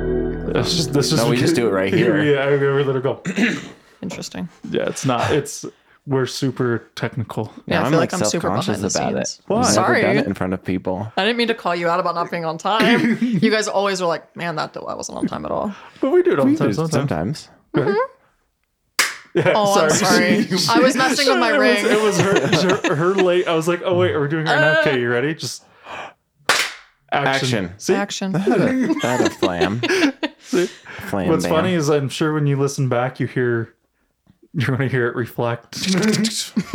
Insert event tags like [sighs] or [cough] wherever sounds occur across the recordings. was just this is No, we just do it right here. [laughs] Yeah, I remember let her go. Interesting. Yeah, it's not. It's we're super technical. Yeah, Now I feel like I'm super self-conscious behind the scenes. I've never Sorry. done it in front of people. I didn't mean to call you out about not being on time. you guys always were like, "Man, that that wasn't on time at [laughs] all." But we do it all the time. Sometimes. Sometimes. Yeah, Oh, I'm sorry. [laughs] I was messing with my [laughs] it ring. Was, it was her, it was her, her late. I was like, oh wait, we're doing it right now. Okay, you ready? Just action. Action. See, [laughs] Action. That a [laughs] flam. See? flam What's bam. funny is I'm sure when you listen back, you hear you're going to hear it [laughs] reflect.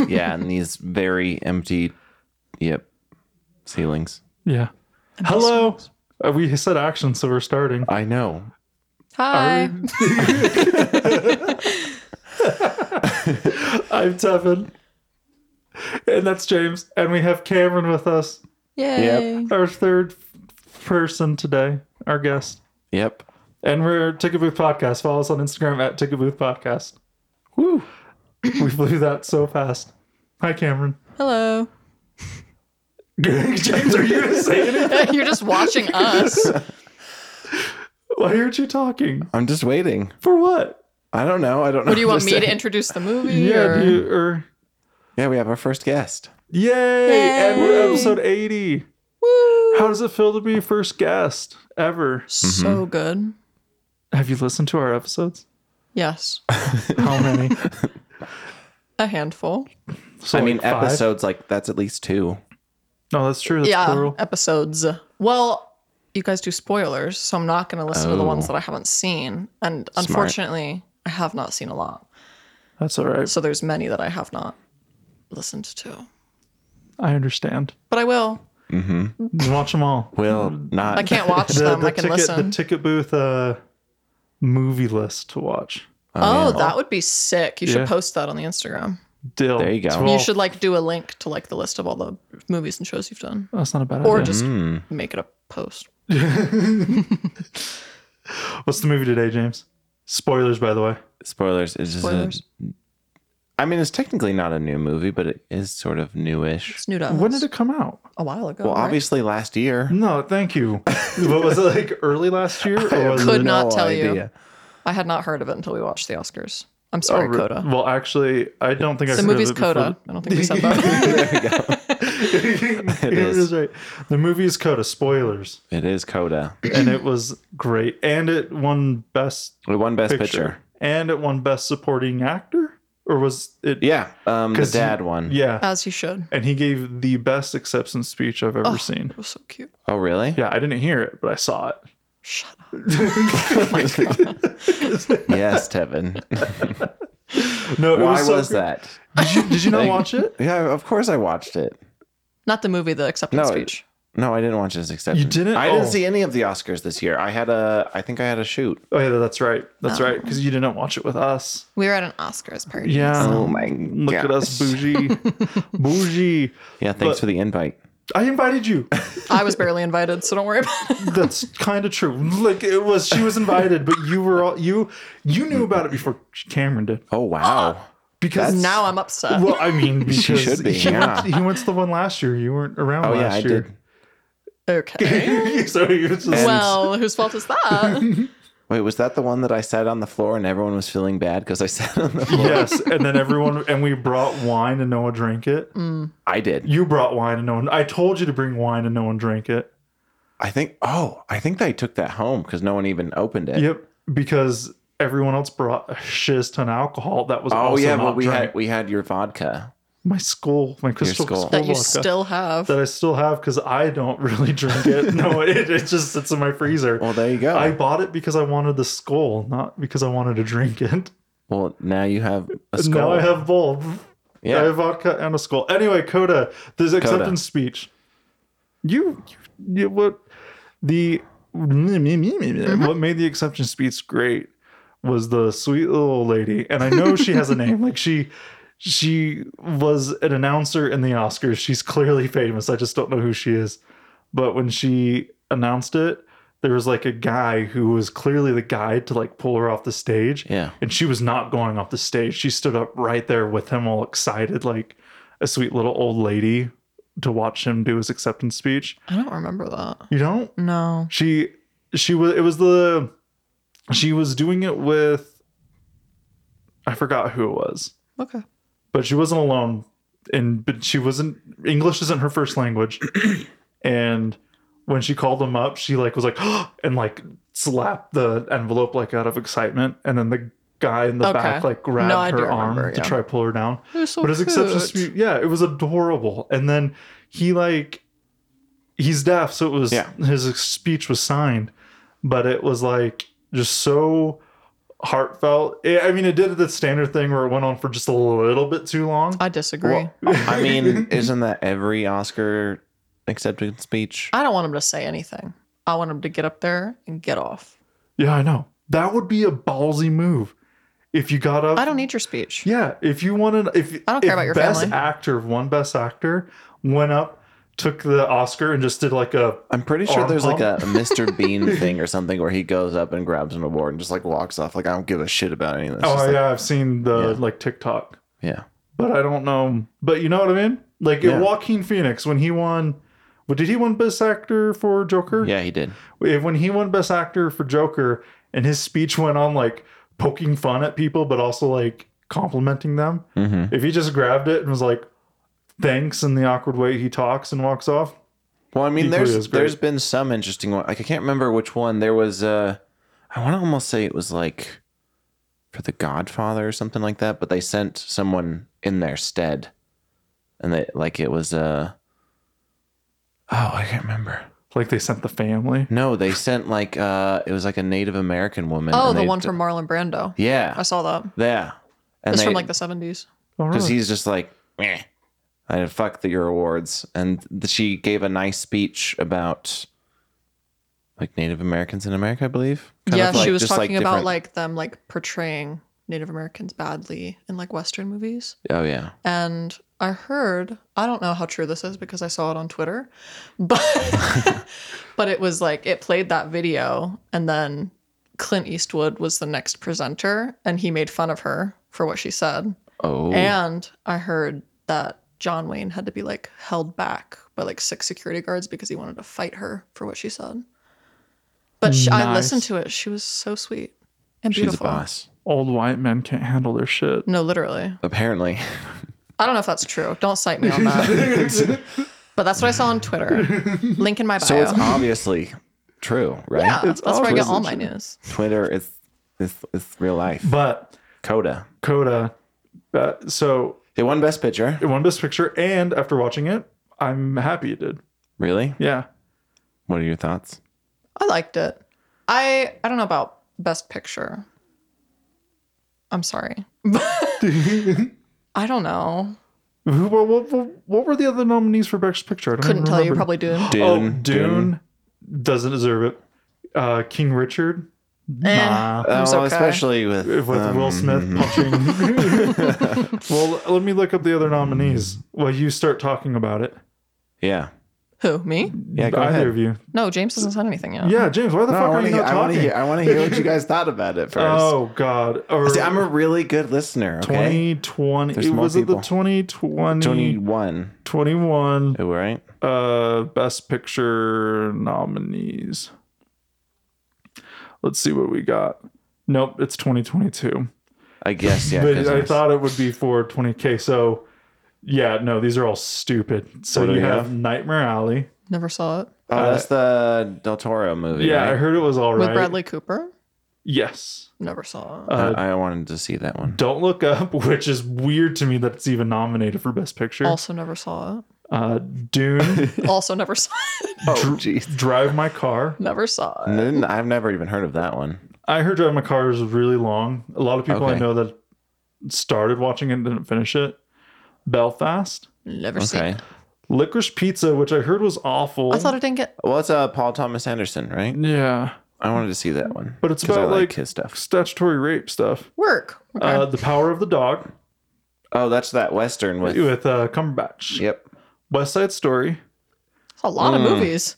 Yeah, and these very empty, yep, ceilings. yeah. Hello. Uh, we said action, so we're starting. I know. Hi. I'm Tevin. And that's James. And we have Cameron with us, Yay. our third f- person today, our guest. Yep. And we're Ticket Booth Podcast. Follow us on Instagram at Ticket Booth Podcast. Woo! we flew that so fast. Hi, Cameron. Hello. [laughs] [laughs] James, are you going to say anything? You're just watching us. [laughs] Why aren't you talking? I'm just waiting. For what? I don't know. I don't know. What do you want me say. to introduce the movie? Yeah, or- do you, or Yeah, we have our first guest. Yay! And we're episode 80. Woo. How does it feel to be first guest ever? Mm-hmm. So good. Have you listened to our episodes? Yes. How [laughs] many? A handful. So I mean, like five? episodes like that's at least two. No, that's true. That's yeah. plural. Episodes. Well, you guys do spoilers, so I'm not going to listen to the Oh. ones that I haven't seen. And Smart. unfortunately, I have not seen a lot. That's all right. So there's many that I have not listened to. I [laughs] understand. But I will. Watch them all. Will Mm-hmm. not. I can't [laughs] watch The, them. the I can ticket, listen. the ticket booth uh, movie list to watch. oh, yeah. that would be sick. You Yeah. should post that on the Instagram. Dill. There you go. Twelve. You should like do a link to like the list of all the movies and shows you've done, That's not a bad or idea. just Hmm. make it a post. What's the movie today, James? Spoilers, by the way. Spoilers. It's just. A, Spoilers. I mean, it's technically not a new movie, but it is sort of newish. It's new to us. When did it come out? a while ago. Well, Oh, right? obviously last year. No, thank you. what [laughs] was it like early last year? Or was Could it- not tell you. I had not heard of it until we watched the Oscars. Oh, I'm sorry, Coda. Well, actually, I don't think I The said movie's it before. Coda. I don't think we [laughs] said that. [laughs] it is. is right. The movie is Coda. Spoilers, It is Coda. and it was great, and it won best We won Best picture, Picture. and it won best supporting actor, or was it? Yeah, um, the 'Cause dad you- one. yeah. As he should. and he gave the best acceptance speech I've ever seen. It was so cute. Oh, really? Yeah, I didn't hear it, but I saw it. Shut up. Yes, Tevin. [laughs] No, it Why was, was, so good. that? Did you, did you not watch it? Yeah, of course I watched it. Not the movie, the acceptance No, speech. No, I didn't watch his acceptance. You didn't? I Oh. didn't see any of the Oscars this year. I had a. I think I had a shoot. Oh yeah, that's right. That's right. Because you didn't watch it with us. We were at an Oscars party. Yeah. Oh my Look at us, bougie, bougie. Yeah, thanks But- for the invite. I invited you. I was barely invited, so don't worry about it. That's kind of true. Like it was, she was invited, but you were all you. You knew about it before Cameron did Oh wow. [gasps] because Now I'm upset. Well, I mean, because [laughs] She should be, He, yeah. went, he went to the one last year. You weren't around oh yeah, I last year. did. okay. [laughs] so he was just well, whose fault is that? Wait, was that the one that I sat on the floor and everyone was feeling bad because I [laughs] sat on the floor? yes, and then everyone and we brought wine and no one drank it. Mm. I did. You brought wine and no one. I told you to bring wine and no one drank it. I think. Oh, I think they took that home because no one even opened it. Yep, because everyone else brought a shiz ton of alcohol that was Oh also yeah, not but we drank. had we had your vodka. my skull, my crystal skull. skull, that you vodka still have. that I still have because I don't [laughs] really drink it. no, it, it just sits in my freezer. Well, there you go. I bought it because I wanted the skull, not because I wanted to drink it. well, now you have a skull. Now I have both. Yeah. I have vodka and a skull. Anyway, Coda, this acceptance speech. You, you, you- what the what made the acceptance speech great was the sweet little lady, and I know she has a name. Like she, she was an announcer in the Oscars. She's clearly famous. I just don't know who she is. But when she announced it, there was like a guy who was clearly the guy to like pull her off the stage Yeah. and she was not going off the stage. She stood up right there with him, all excited, like a sweet little old lady, to watch him do his acceptance speech. I don't remember that. You don't? No. She, she was. It was the She was doing it with I forgot who it was, Okay. but she wasn't alone and but she wasn't English isn't her first [clears throat] language. and when she called him up, she like was like [gasps] and like slapped the envelope like out of excitement and then the guy in the Okay. back like grabbed No, I do her arm remember, to yeah. try to pull her down. It was so but his exception cute. speech, yeah, it was adorable. And then he like he's deaf, so it was Yeah. his speech was signed, but it was like just so heartfelt. I I mean, it did the standard thing where it went on for just a little bit too long. I disagree. Well, I [laughs] mean, isn't that every Oscar acceptance speech? I don't want him to say anything. I want him to get up there and get off. yeah, I know that would be a ballsy move if you got up. I don't need your speech. Yeah, if you wanted, if I don't care if about your best family. actor, one best actor went up, took the Oscar, and just did like a I'm pretty sure Arm there's like a pump? [laughs] Mr. Bean thing or something where he goes up and grabs an award and just like walks off. Like I don't give a shit about any of this. oh Just yeah, like- I've seen the Yeah. like TikTok. yeah. but I don't know. But you know what I mean? Like Yeah. Joaquin Phoenix when he won. What did he win Best Actor for Joker? Yeah, he did. If- When he won Best Actor for Joker, and his speech went on like poking fun at people, but also like complimenting them. Mm-hmm. If he just grabbed it and was like, "Thanks," in the awkward way he talks and walks off. Well, I mean, Equally there's as great. there's been some interesting one. Like I can't remember which one. There was uh I want to almost say it was like for The Godfather or something like that, but they sent someone in their stead, and they like it was uh oh I can't remember. Like they sent the family. No, they sent like uh it was like a Native American woman. Oh, and the they one d- from Marlon Brando. I yeah saw that. yeah. And It's they, from like the 70s. Oh, because really? he's just like, meh, I fuck the, your awards. And th- she gave a nice speech about like Native Americans in America, I believe. Kind yeah, of like- she was just, like, talking about different- like them like portraying Native Americans badly in like Western movies. oh yeah, And I heard, I don't know how true this is because I saw it on Twitter, [laughs] but but it was like it played that video and then Clint Eastwood was the next presenter and he made fun of her for what she said. oh And I heard that John Wayne had to be like held back by like six security guards because he wanted to fight her for what she said. But she, I listened Nice. to it. She was so sweet and she's a beautiful. boss old white men can't handle their shit. No, literally. apparently. I don't know if that's true. Don't cite me on that. [laughs] but that's what I saw on Twitter. Link in my bio. So it's obviously true, right? yeah, it's that's where I get always all the my truth. news. Twitter is it's, it's real life. But Coda. Coda, uh, so They won Best Picture. it won Best Picture, and after watching it, I'm happy it did. Really? Yeah. What are your thoughts? I liked it. I I don't know about best picture. I'm sorry. [laughs] I don't know. Who, what, what, what, what were the other nominees for Best Picture? I don't Couldn't even tell you. remember. Probably Dune. Oh, Dune, doesn't deserve it. Uh, King Richard, Eh. nah. Oh, was okay. especially with With Will um, Smith punching. [laughs] well, let me look up the other nominees while you start talking about it. Yeah, Who? Me? yeah. Go Either ahead. of you? No, James hasn't said anything yet. Yeah, James. Why the No, fuck I are want you to hear. not I want talking? to hear. I want to hear what you guys thought [laughs] about it first. oh God! Or See, I'm a really good listener. Okay, 2020. There's more was it the people. 2020 21. 21 Oh, right. uh best picture nominees let's see what we got nope it's 2022 I guess yeah. but 'cause i there's- thought it would be for 20k so yeah no these are all stupid so What do you we have, have? nightmare alley Never saw it. Oh, that's the Del Toro movie. yeah i right? heard it was all right With Bradley Cooper. yes Never saw it. uh, I, I wanted to see that one. don't look up [laughs] which is weird to me that it's even nominated for best picture also never saw it. uh dune [laughs] Also never saw it. [laughs] Oh, jeez. drive my car Never saw it. N- I've never even heard of that one. I heard Drive My Car is really long. A lot of people I Okay. know that started watching it and didn't finish it. Belfast. Never seen Okay. it. Licorice Pizza, which I heard was awful. I thought it didn't get Well, it's uh, Paul Thomas Anderson, right? Yeah. I wanted to see that one. But it's 'cause I about, like, like- his stuff. Statutory rape stuff. work. Okay. Uh, the Power of the Dog Oh, that's that Western with. with uh, Cumberbatch. Yep. West Side Story, It's a lot mm. of movies.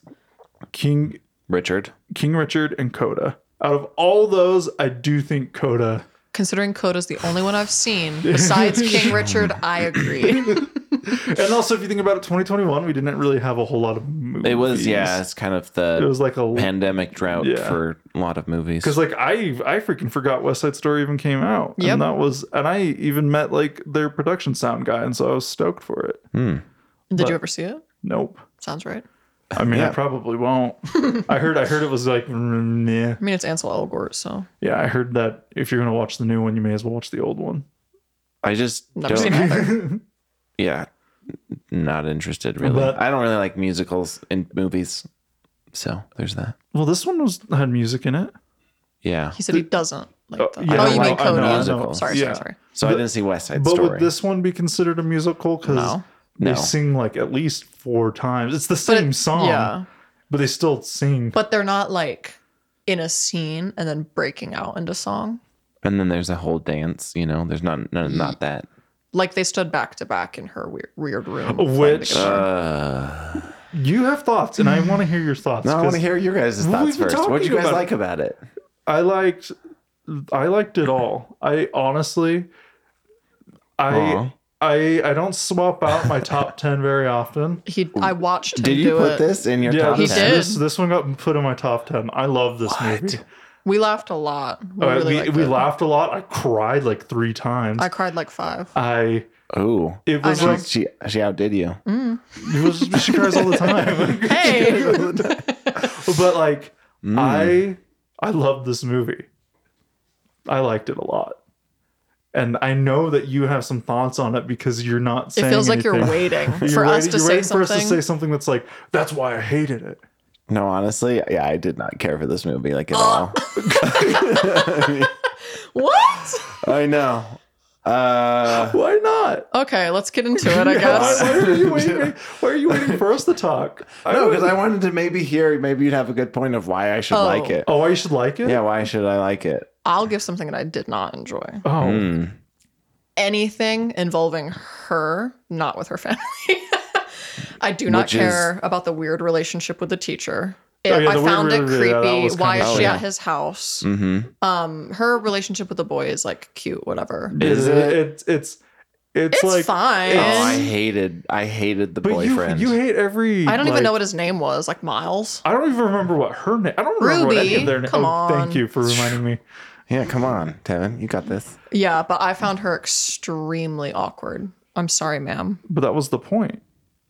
King Richard. King Richard, and Coda. Out of all those, I do think Coda. Considering Coda's the only one I've seen [laughs] besides King Richard, I agree. And also, if you think about it, 2021, we didn't really have a whole lot of movies. It was yeah, it's kind of the It was like a pandemic drought Yeah. for a lot of movies. because like I I freaking forgot West Side Story even came out. Yep. And that was and I even met like their production sound guy and so I was stoked for it. Hmm. [laughs] Did But- you ever see it? Nope. Sounds right. I mean I Yeah. probably won't. I heard I heard it was like mm, yeah. I mean, it's Ansel Elgort, so Yeah, I heard that if you're gonna watch the new one, you may as well watch the old one. I just Never seen don't, it. yeah, not interested really. But- I don't really like musicals in movies, so there's that. [laughs] well, this one was had music in it. Yeah, he said he doesn't like Oh, that. yeah, oh, you I mean know, I know, I Coda? know. Sorry, sorry, Yeah. sorry. so I But- didn't see West Side But Story. would this one be considered a musical? Because No. they No. sing like at least four times. It's the But it- same song, Yeah, but they still sing. but they're not like in a scene and then breaking out into song. and then there's a whole dance. You know, there's not no, not that. Like they stood back to back in her weird, weird room. playing the Which- guitar. Uh, you have thoughts, and I want to hear your thoughts. no, I want 'cause to hear your guys' We've thoughts been first. What would talking you guys about it. like about it? I liked, I liked it all. I honestly, I Aw. I I don't swap out my [laughs] top ten very often. he, I watched. Him Did you do put it. this in your Yeah, top He this, ten? did. this this one got put in my top ten. I love this movie. We laughed a lot. We Uh, really we liked we it. laughed a lot. I cried like three times. I I, cried like five. Uh, Oh, it was know. like she, she she outdid you. Mm. it was, she cries [laughs] all the time. Hey, [laughs] but like Hmm. Mm. I I love this movie. I liked it a lot. And I know that you have some thoughts on it because you're not it saying feels like you're anything. waiting [laughs] You're for us waiting- to you're say waiting for something. us to say something that's like, that's why I hated it. No, honestly, yeah, I did not care for this movie like at all. what? [laughs] I know. Uh, Why not? Okay, let's get into it. [laughs] I Why- guess. Why, [laughs] are you waiting, why are you waiting for us to talk? no, because [laughs] I wanted to maybe hear, maybe you'd have a good point of why I should Oh. like it. Oh, why you should like it? Yeah, why should I like it? I'll give something that I did not enjoy. Oh. Hmm. Anything involving her, not with her family. [laughs] I do not Which is- care about the weird relationship with the teacher. It, Oh, yeah, I the weird found it relationship, yeah, that creepy. was Why kinda- Mm. is oh, she yeah. at his house? Mm-hmm. Um, her relationship with the boy is like cute, whatever. Hmm. Is it- It's it's it's, It's like fine. Oh, I it's- hated, I hated the but boyfriend. you you hate every I don't even like, know what his name was, like Miles. I don't even remember what her name. I don't remember what any Ruby, of their names. come Oh, on. thank you for reminding me. yeah, come on, Tevin, you got this. Yeah, but I found her extremely awkward. I'm sorry, ma'am. But that was the point.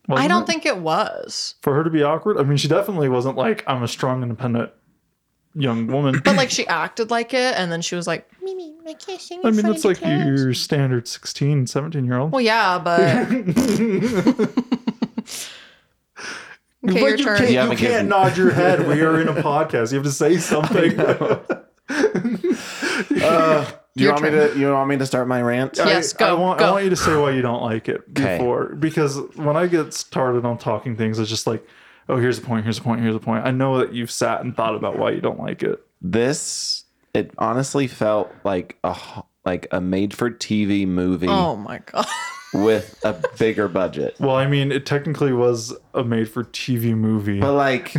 I wasn't don't it? think it was. for her to be awkward. I mean, she definitely wasn't like I'm a strong, independent young woman. But like she acted like it and then she was like, Mimi, my kissing I in mean, front that's of like the couch. your standard 16, 17 year old. Well yeah, [laughs] but Okay, your turn. can't, You haven't given- nod your head. We are in [laughs] a podcast. You have to say something. Do you [laughs] Your want me turn. to? Uh, You want me to start my rant? [laughs] I- Yes, I go, want, I go. want you to say why you don't like it 'Kay. before, because when I get started on talking things, it's just like, oh, here's a point, here's a point, here's a point. I know that you've sat and thought about why you don't like it. This, it honestly felt like a h- like a made for TV movie oh my god. with a bigger budget. Well, I mean, it technically was a made-for-TV movie. but like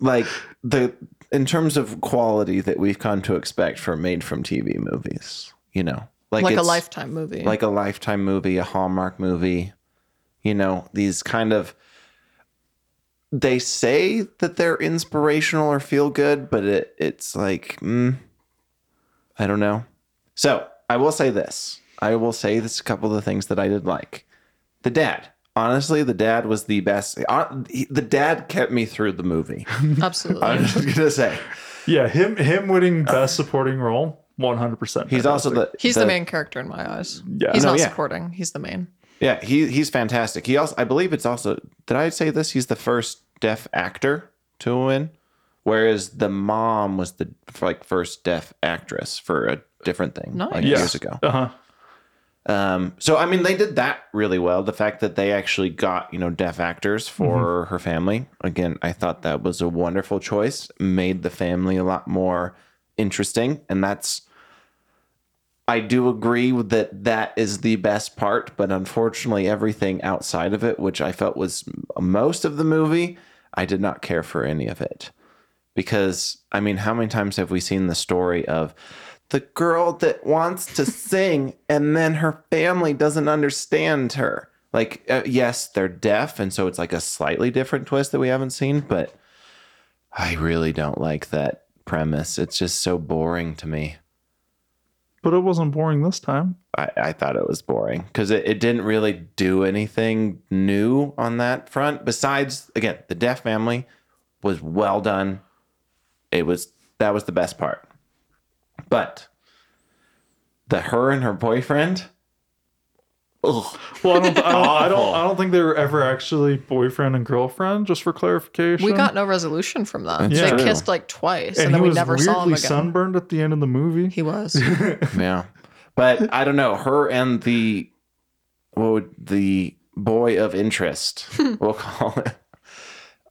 like the in terms of quality that we've come to expect from made from tv movies you know Like, a it's- lifetime movie. [laughs] like a lifetime movie a hallmark movie you know these kind of they say that they're inspirational or feel good but it it's like mm, i don't know so i will say this i will say this a couple of the things that i did like the dad honestly the dad was the best hon- he- the dad kept me through the [laughs] movie absolutely. i'm just gonna say yeah, him him winning best supporting role, 100%. he's also the He's the, main character in my eyes. Yeah. He's No, not yeah. supporting. He's the main. Yeah, he he's fantastic. He also I believe it's also did I say this? He's the first deaf actor to win, whereas the mom was the like first deaf actress for a different thing like Nice. years ago. Uh-huh. Um, so I mean they did that really well. The fact that they actually got you know deaf actors for her family again, I thought that was a wonderful choice. Made the family a lot more interesting, and that's I do agree with that that is the best part, but unfortunately, everything outside of it, which I felt was m- most of the movie, I did not care for any of it. Because, I mean, how many times have we seen the story of the girl that wants to sing and then her family doesn't understand her? Like, uh, yes, they're deaf, and so it's like a slightly different twist that we haven't seen, but I really don't like that premise. It's just so boring to me. But it wasn't boring this time. I, I thought it was boring because it, it didn't really do anything new on that front. Besides, again, the Deaf Family was well done. It was that was the best part. But the her and her boyfriend, ugh, Well, I don't, I don't, I Awful. don't, I don't think they were ever actually boyfriend and girlfriend. Just for clarification, We got no resolution from them. That's they true. kissed like twice and, and, he then we was never weirdly saw him again. sunburned at the end of the movie. [laughs] He was. yeah. But I don't know her and the what would the boy of interest we'll call it.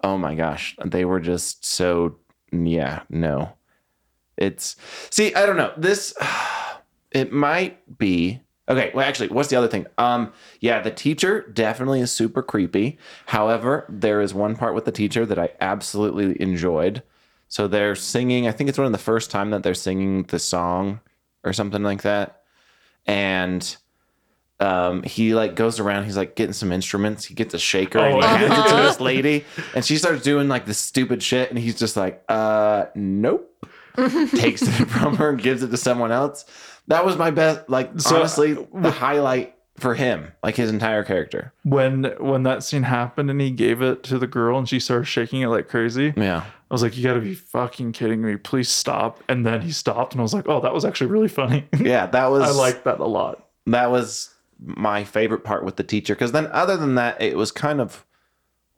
Oh my gosh, they were just so yeah no. It's see I don't know this. [sighs] It might be okay. Well, actually, what's the other thing? Um, yeah, the teacher definitely is super creepy. However, there is one part with the teacher that I absolutely enjoyed. So they're singing. I think it's one of the first time that they're singing the song or something like that, and. Um, he like goes around. He's like getting some instruments. He gets a shaker and Oh, he hands it to uh-huh. this lady, and she starts doing like this stupid shit. And he's just like, "Uh, nope." takes it [laughs] from her and gives it to someone else. That was my best, like So- uh, honestly, the highlight for him, like his entire character. When when that scene happened and he gave it to the girl and she started shaking it like crazy, Yeah, I was like, "You got to be fucking kidding me! Please stop!" And then he stopped, and I was like, "Oh, that was actually really funny. [laughs] yeah, that was I like that a lot." that was my favorite part with the teacher because then other than that, it was kind of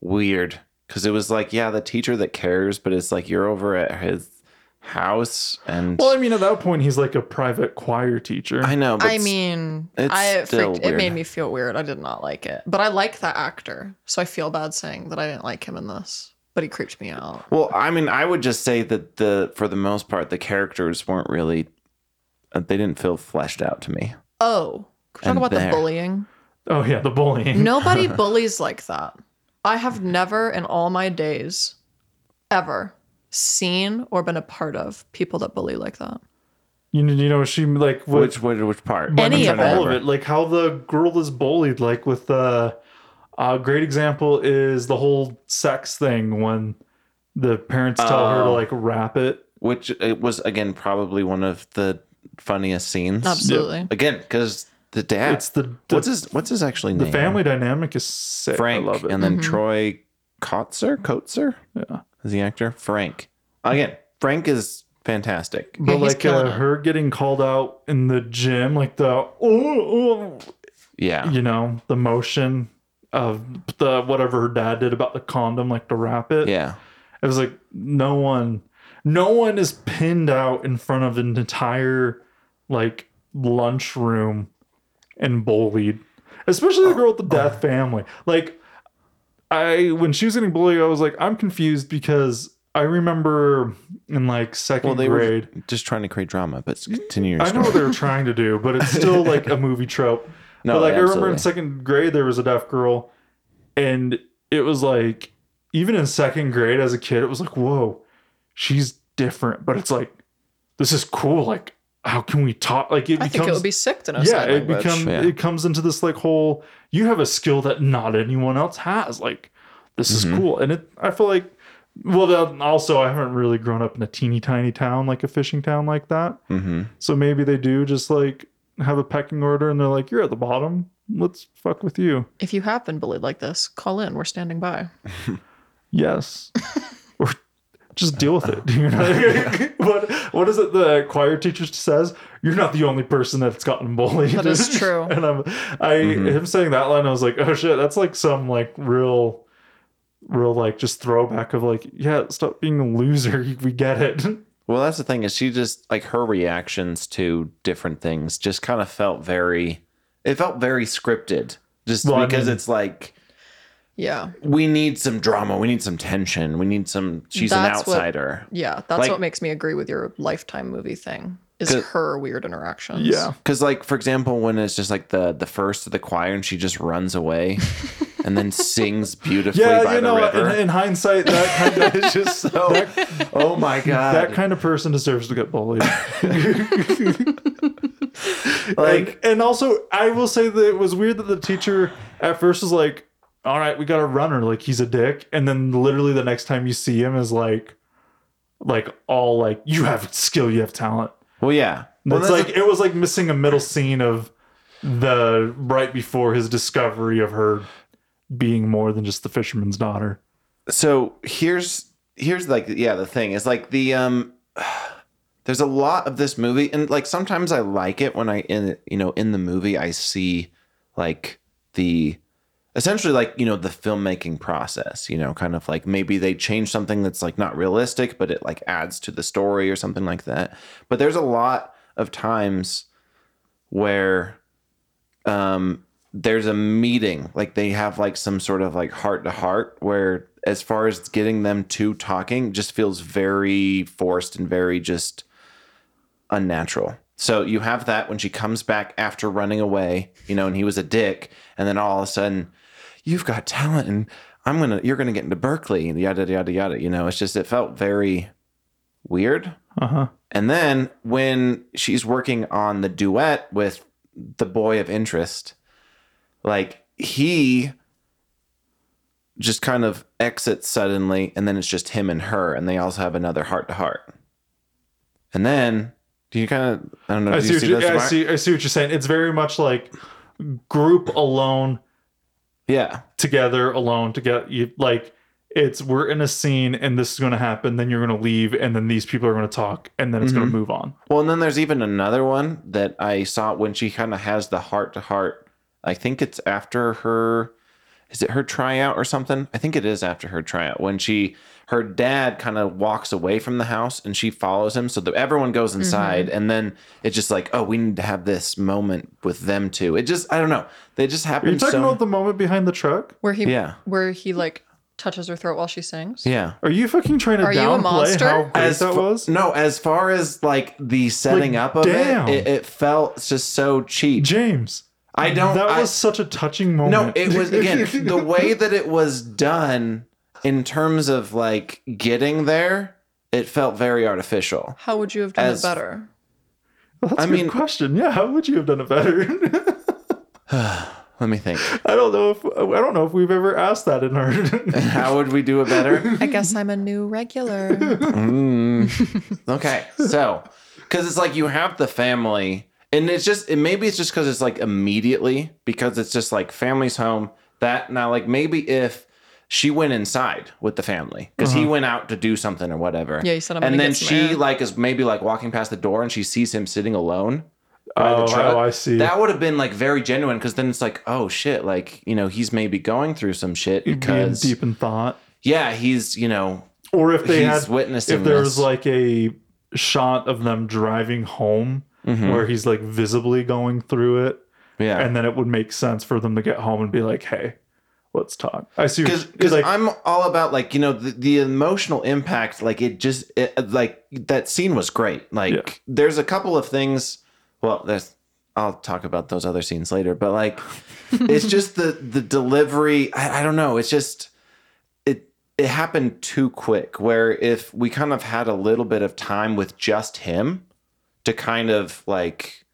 weird because it was like, yeah, the teacher that cares, but it's like you're over at his house and Well, I mean, at that point, he's like a private choir teacher. I know, but I mean, it's I still freaked, it weird. made me feel weird. I did not like it, but I like that actor, so I feel bad saying that I didn't like him in this. But he creeped me out. Well, I mean, I would just say that the for the most part, the characters weren't really. uh, They didn't feel fleshed out to me. Oh, can And we talk about there. the bullying. oh yeah, the [laughs] bullying. Nobody bullies like that. I have never in all my days ever seen or been a part of people that bully like that. You, you know, she like was Which which, which part? But Any I'm of trying to it. all of it like how the girl is bullied like with the a great example is the whole sex thing when the parents tell her to Oh. like wrap it which it was again probably one of the funniest scenes. Absolutely. Again, because the dad. it's the the, what's his What's his actually the name? family dynamic is sick Frank, i love it and then Mm-hmm. Troy Kotzer. Kotzer Yeah. is the actor. Frank. Again, Frank is fantastic. but Yeah, he's like uh, killing it. her getting called out in the gym like the oh, Yeah. oh you know the motion of the whatever her dad did about the condom like to wrap it Yeah. It was like no one, no one is pinned out in front of an entire like lunchroom and bullied, especially the girl with the Oh. death family. Like I, when she was getting bullied, I was like, I'm confused because I remember in like second Well, they grade. were just trying to create drama, but continue your I know story. what they were trying to do, but [laughs] it's still like a movie trope. No, but like I remember in absolutely. second grade there was a deaf girl, and it was like even in second grade as a kid, it was like, whoa, she's different. But it's like, this is cool. Like, how can we talk? Like it I becomes think it would be sick to know. yeah, sign it language. becomes Yeah. it comes into this like whole you have a skill that not anyone else has. Like this is Mhm. cool, and it I feel like well then also I haven't really grown up in a teeny tiny town like a fishing town like that. hmm So maybe they do just like have a pecking order and they're like, you're at the bottom. Let's fuck with you. If you have been bullied like this, call in. We're standing by. [laughs] Yes. or just deal with it. [laughs] You know? what, what is it the choir teacher says? You're not the only person that's gotten bullied. [laughs] That is true. and I'm, I, Mhm. him saying that line, I was like, oh shit, that's like some like real, real like just throwback of like, yeah, stop being a loser. [laughs] We get it. Well, that's the thing is she just like her reactions to different things just kind of felt very it felt very scripted just Well, I because mean- it's like Yeah, we need some drama, we need some tension, we need some she's an That's what- outsider. yeah. That's Like- what makes me agree with your lifetime movie thing. Is 'Cause- her weird interactions? Yeah. Cuz like for example when it's just like the the first of the choir and she just runs away and [laughs] then sings beautifully Yeah, by you the know, river. in, in hindsight, [laughs] that kind of [laughs] it's just so Oh my god. that kind of person deserves to get [laughs] bullied. like and, and also, I will say that it was weird that the teacher at first is like, all right, we got a runner, like he's a dick, and then literally the next time you see him is like, like all like you have skill, you have talent. Well, yeah. Well, it's that's like it was like missing a middle scene of the right before his discovery of her being more than just the fisherman's daughter. so here's here's like yeah the thing is like the um [sighs] there's a lot of this movie and like sometimes i like it when i in you know in the movie i see like the essentially like you know the filmmaking process you know kind of like maybe they change something that's like not realistic but it like adds to the story or something like that but there's a lot of times where um there's a meeting like they have like some sort of like heart to heart where as far as getting them to talking just feels very forced and very just unnatural so you have that when she comes back after running away you know and he was a dick and then all of a sudden you've got talent and i'm gonna you're gonna get into berkeley and yada yada yada you know it's just it felt very weird Uh huh. and then when she's working on the duet with the boy of interest, like he just kind of exits suddenly, and then it's just him and her, and they also have another heart to heart. And then do you kind of I don't know? I Uh, do see, you what you, this I mark? see. I see what you're saying. It's very much like group alone Yeah, together alone to get you like it's we're in a scene and this is going to happen then you're going to leave and then these people are going to talk and then it's going Mhm. to move on Well, and then there's even another one that I saw when she kind of has the heart to heart. I think it's after her. Is it her tryout or something? I think it is after her tryout when she her dad kind of walks away from the house and she follows him so that everyone goes inside and then it's just like oh we need to have this moment with them too. It just I don't know. They just are you happen talking so about the moment behind the truck Where he yeah where he like touches her throat while she sings. yeah. are you fucking trying to Are you a downplay monster? how great that fa- was no as far as like the setting Like, up of damn. it, it, it felt just so cheap. james I don't. that I- was such a touching [laughs] No, moment it was again the way that it was done in terms of like getting there. It felt very artificial. How would you have done As- it better? Well, [laughs] that's I a good mean- question yeah how would you have done it better [laughs] Let me think. i don't know if i don't know if we've ever asked that in our [laughs] How would we do it better? I guess I'm a [laughs] new regular. [laughs] Mm. Okay, so because it's like you have the family, and it's just and maybe it's just because it's like immediately because it's just like family's home. That now, like maybe if she went inside with the family because he went out to do something or whatever. Uh-huh. Yeah, he said, "I'm and gonna then get some she air." like is maybe like walking past the door and she sees him sitting alone. by the oh, truck. oh i see That would have been like very genuine because then it's like, oh shit, like you know he's maybe going through some shit You'd be in because deep in thought yeah he's you know or if they he's had witnessing if there this. was like a shot of them driving home Mhm. where he's like visibly going through it yeah and then it would make sense for them to get home and be like hey let's talk i see because because like I'm all about like you know the, the emotional impact like it just it, uh, like that scene was great like Yeah. there's a couple of things well there's I'll talk about those other scenes later but [laughs] like it's just the the delivery I, I don't know it's just it it happened too quick where if we kind of had a little bit of time with just him to kind of like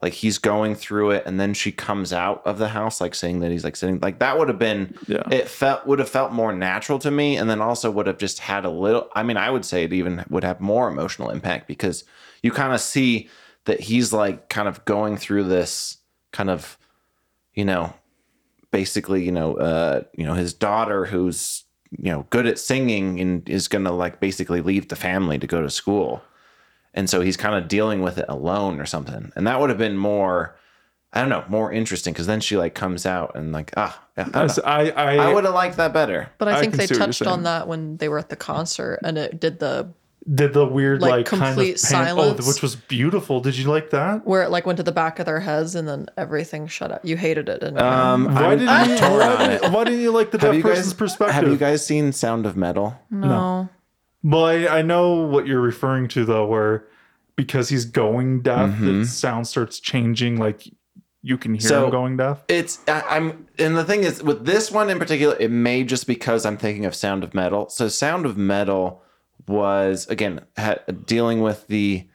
like he's going through it and then she comes out of the house like saying that he's like sitting like that would have been Yeah. it felt would have felt more natural to me and then also would have just had a little i mean i would say it even would have more emotional impact because you kind of see that he's like kind of going through this kind of you know basically you know uh you know his daughter who's you know good at singing and is gonna like basically leave the family to go to school and so he's kind of dealing with it alone or something and that would have been more i don't know more interesting because then she like comes out and like ah yeah, I don't I, I, know. I, I would have liked that better But I I think can they see what you're touched saying. on that when they were at the concert and it did the did the weird like, like, kind of complete pan- oh, silence. which was beautiful did you like that where it like went to the back of their heads and then everything shut up. You hated it. And um why I'm, didn't I'm you torn why on it didn't, why didn't you like the [laughs] have deaf you person's guys have you perspective guys seen sound of metal no. well I, I know what you're referring to though where because he's going deaf the sound starts changing like you can hear Mm-hmm. So- him going deaf it's I, I'm and the thing is with this one in particular, it may just because I'm thinking of Sound of Metal. So Sound of Metal was again ha, dealing with the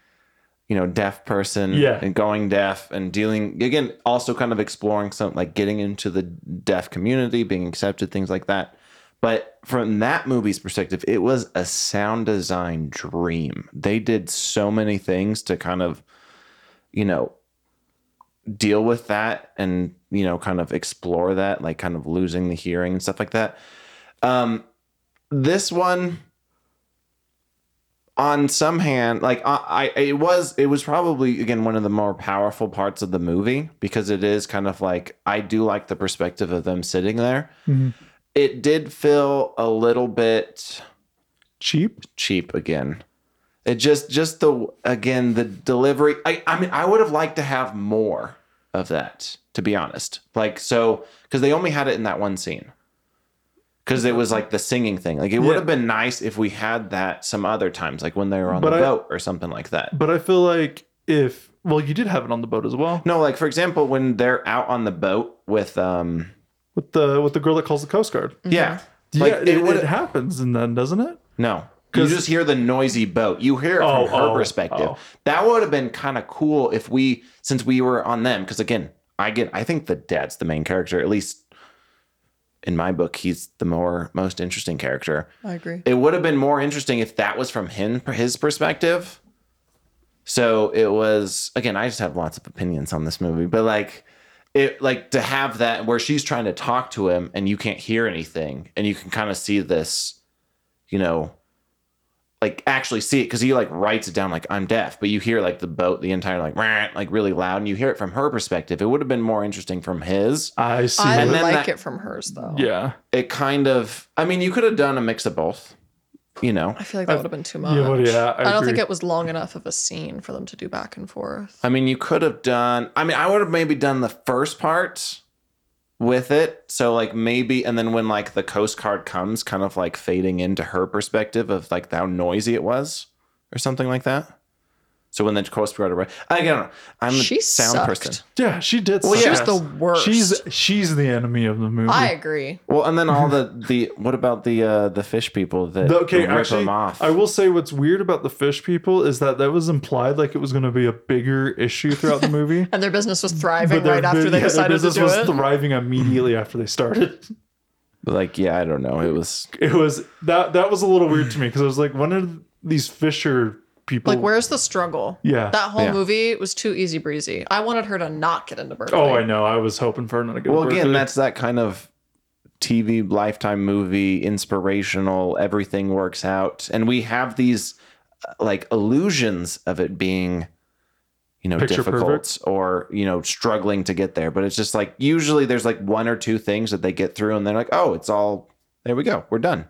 you know, deaf person Yeah. and going deaf and dealing again, also kind of exploring some like getting into the deaf community, being accepted, things like that. But from that movie's perspective, it was a sound design dream. They did so many things to kind of, you know, deal with that and, you know, kind of explore that, like kind of losing the hearing and stuff like that. Um, this one, on some hand, like I, I, it was, it was probably again one of the more powerful parts of the movie because it is kind of like I do like the perspective of them sitting there. Mhm. It did feel a little bit Cheap. cheap again. It just, just the again the delivery. I, I mean, I would have liked to have more of that to be honest. Like so, because they only had it in that one scene. Because it was like the singing thing. Like it Yeah. would have been nice if we had that some other times, like when they were on But the I- boat or something like that. But I feel like if well, you did have it on the boat as well No, like for example, when they're out on the boat with um with the with the girl that calls the Coast Guard. Mm-hmm. yeah. Like yeah, it, it, would it happens and then doesn't it? No. You 'Cause- just hear the noisy boat. You hear it from Oh, her oh, perspective. oh. That would have been kind of cool if we, since we were on them, because again, I get, I think the dad's the main character. At least in my book, he's the more most interesting character. I agree. It would have been more interesting if that was from him, his perspective. So it was again. I just have lots of opinions on this movie, but like it, like to have that where she's trying to talk to him and you can't hear anything, and you can kind of see this, you know, like actually see it because he like writes it down like I'm deaf, but you hear like the boat the entire like "Rah," like really loud, and you hear it from her perspective. It would have been more interesting from his I see. I And then like that- it from hers though. yeah. it kind of i mean you could have done a mix of both you know I feel like that would have been too much. Oh, Yeah, well, yeah, I I, don't agree. think it was long enough of a scene for them to do back and forth. i mean you could have done i mean i would have maybe done the first part with it so like maybe and then when like the coast guard comes kind of like fading into her perspective of like how noisy it was or something like that so when the coast guard arrived i don't know i'm the She sound sucked. person Yeah, she did. Well, suck yeah. She was ass. the worst. She's she's the enemy of the movie. I agree. well and then all the the what about the uh the fish people that The- okay, rip actually, them off I will say what's weird about the fish people is that that was implied like it was going to be a bigger issue throughout the movie. And their business was thriving their right after bu- [laughs] they yeah, their decided to business do was it. thriving immediately after they started. [laughs] like yeah i don't know it was It was that that was a little weird to me because I was like, when are these fisher people? like, where's the struggle? Yeah. That whole Yeah. movie was too easy breezy. I wanted her to not get into burglary. oh, I know. I was hoping for another good. Well, birthday. again, that's that kind of TV lifetime movie, inspirational, everything works out. And we have these uh, like illusions of it being, you know, Picture difficult perfect. or, you know, struggling to get there. But it's just like usually there's like one or two things that they get through and they're like, oh, it's all, there we go. We're done.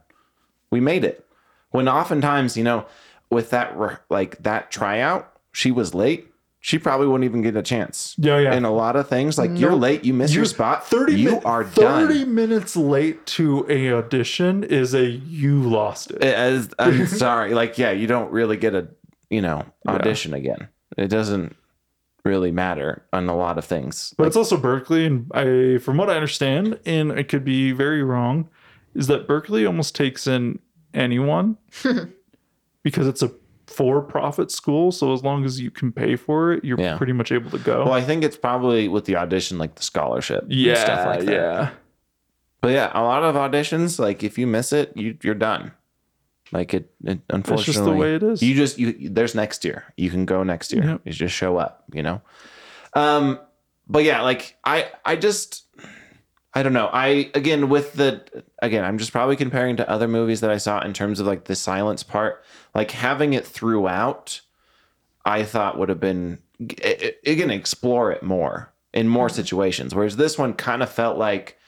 We made it. When oftentimes, you know, with that, re- like that tryout, she was late. She probably wouldn't even get a chance. Yeah, yeah. In a lot of things, like you're late, you miss your spot. Thirty. you min- are thirty done. minutes late to a audition is a you lost it. As, I'm [laughs] sorry. Like, yeah, you don't really get a you know audition again. It doesn't really matter on a lot of things. But it's also Berkeley, and I, from what I understand, and I could be very wrong, is that Berkeley almost takes in anyone [laughs] because it's a for-profit school. So as long as you can pay for it, you're Yeah. pretty much able to go. Well, I think it's probably with the audition, like the scholarship, yeah, and stuff like that. yeah. But yeah, a lot of auditions, like if you miss it, you you're done. Like it, it That's unfortunately, just the way it is. You just you there's next year. You can go next year. Yep. You just show up, you know. Um but yeah, like I I just I don't know. I again with the again, I'm just probably comparing to other movies that I saw in terms of like the silence part, like having it throughout I thought would have been i- i- again explore it more in more situations whereas this one kind of felt like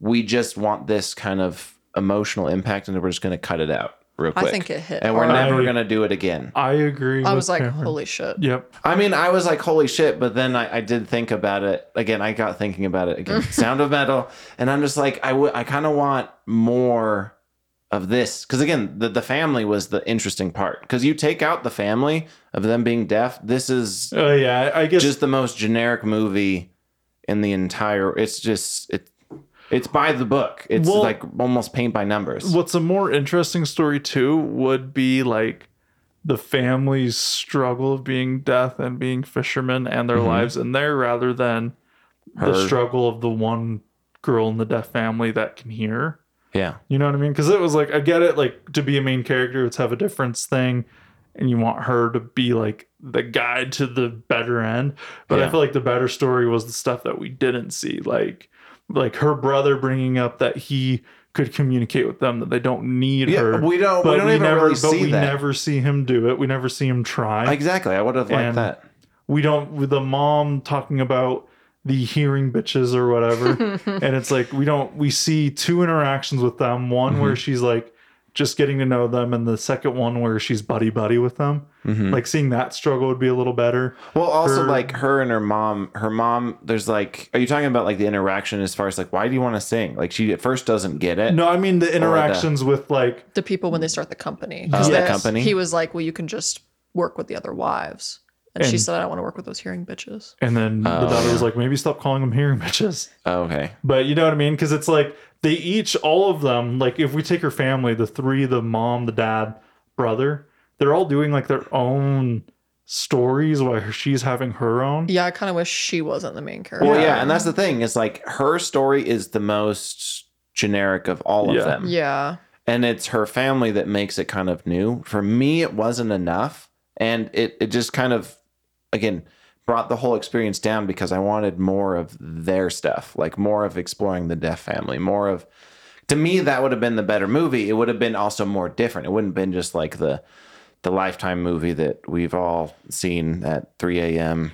we just want this kind of emotional impact and we're just going to cut it out real I quick think it hit. and we're hard. never I- gonna do it again. I agree. I with was like, Cameron. holy shit. Yep. I mean, I was like, "Holy shit!" But then I, I did think about it again. I got thinking about it [laughs] again. Sound of Metal, and I'm just like, I would, I kind of want more of this because again, the the family was the interesting part. Because you take out the family of them being deaf, this is Oh yeah. I guess just the most generic movie in the entire. It's just it. It's by the book. It's Well- like almost paint by numbers. what's a more interesting story too would be like the family's struggle of being deaf and being fishermen and their lives in there rather than the Her- struggle of the one girl in the deaf family that can hear. Yeah. You know what I mean? Because it was like, I get it. Like, to be a main character, it's have a difference thing. And you want her to be like the guide to the better end. But I Yeah. feel like the better story was the stuff that we didn't see. Like, like her brother bringing up that he could communicate with them, that they don't need Yeah. her. we don't. but we don't even never, really but see we that. never see him do it. We never see him try. exactly. I would have liked And- that. we don't, with the mom talking about the hearing bitches or whatever [laughs] and it's like we don't we see two interactions with them one Mm-hmm. where she's like just getting to know them and the second one where she's buddy buddy with them Mhm. like seeing that struggle would be a little better Well, also her- like her and her mom. Her mom. There's like. Are you talking about like the interaction as far as like why do you want to sing? Like she at first doesn't get it. no i mean the interactions with like the people when they start the company. Oh, 'Cause the they- company? He was like, well, you can just work with the other wives. And, she And- said, I don't want to work with those hearing bitches. and then the Oh, daughter was yeah. like maybe stop calling them hearing bitches Oh, okay. but you know what i mean because it's like they each all of them like if we take her family the three the mom the dad brother they're all doing like their own stories while she's having her own Yeah, I kind of wish she wasn't the main character. Well, yeah, and that's the thing. Is like her story is the most generic of all Yeah. of them. Yeah. and it's her family that makes it kind of new. For me, it wasn't enough, and it it just kind of again brought the whole experience down because I wanted more of their stuff, like more of exploring the deaf family, more of. To me, that would have been the better movie. It would have been also more different. It wouldn't have been just like the the lifetime movie that we've all seen at 3 a.m.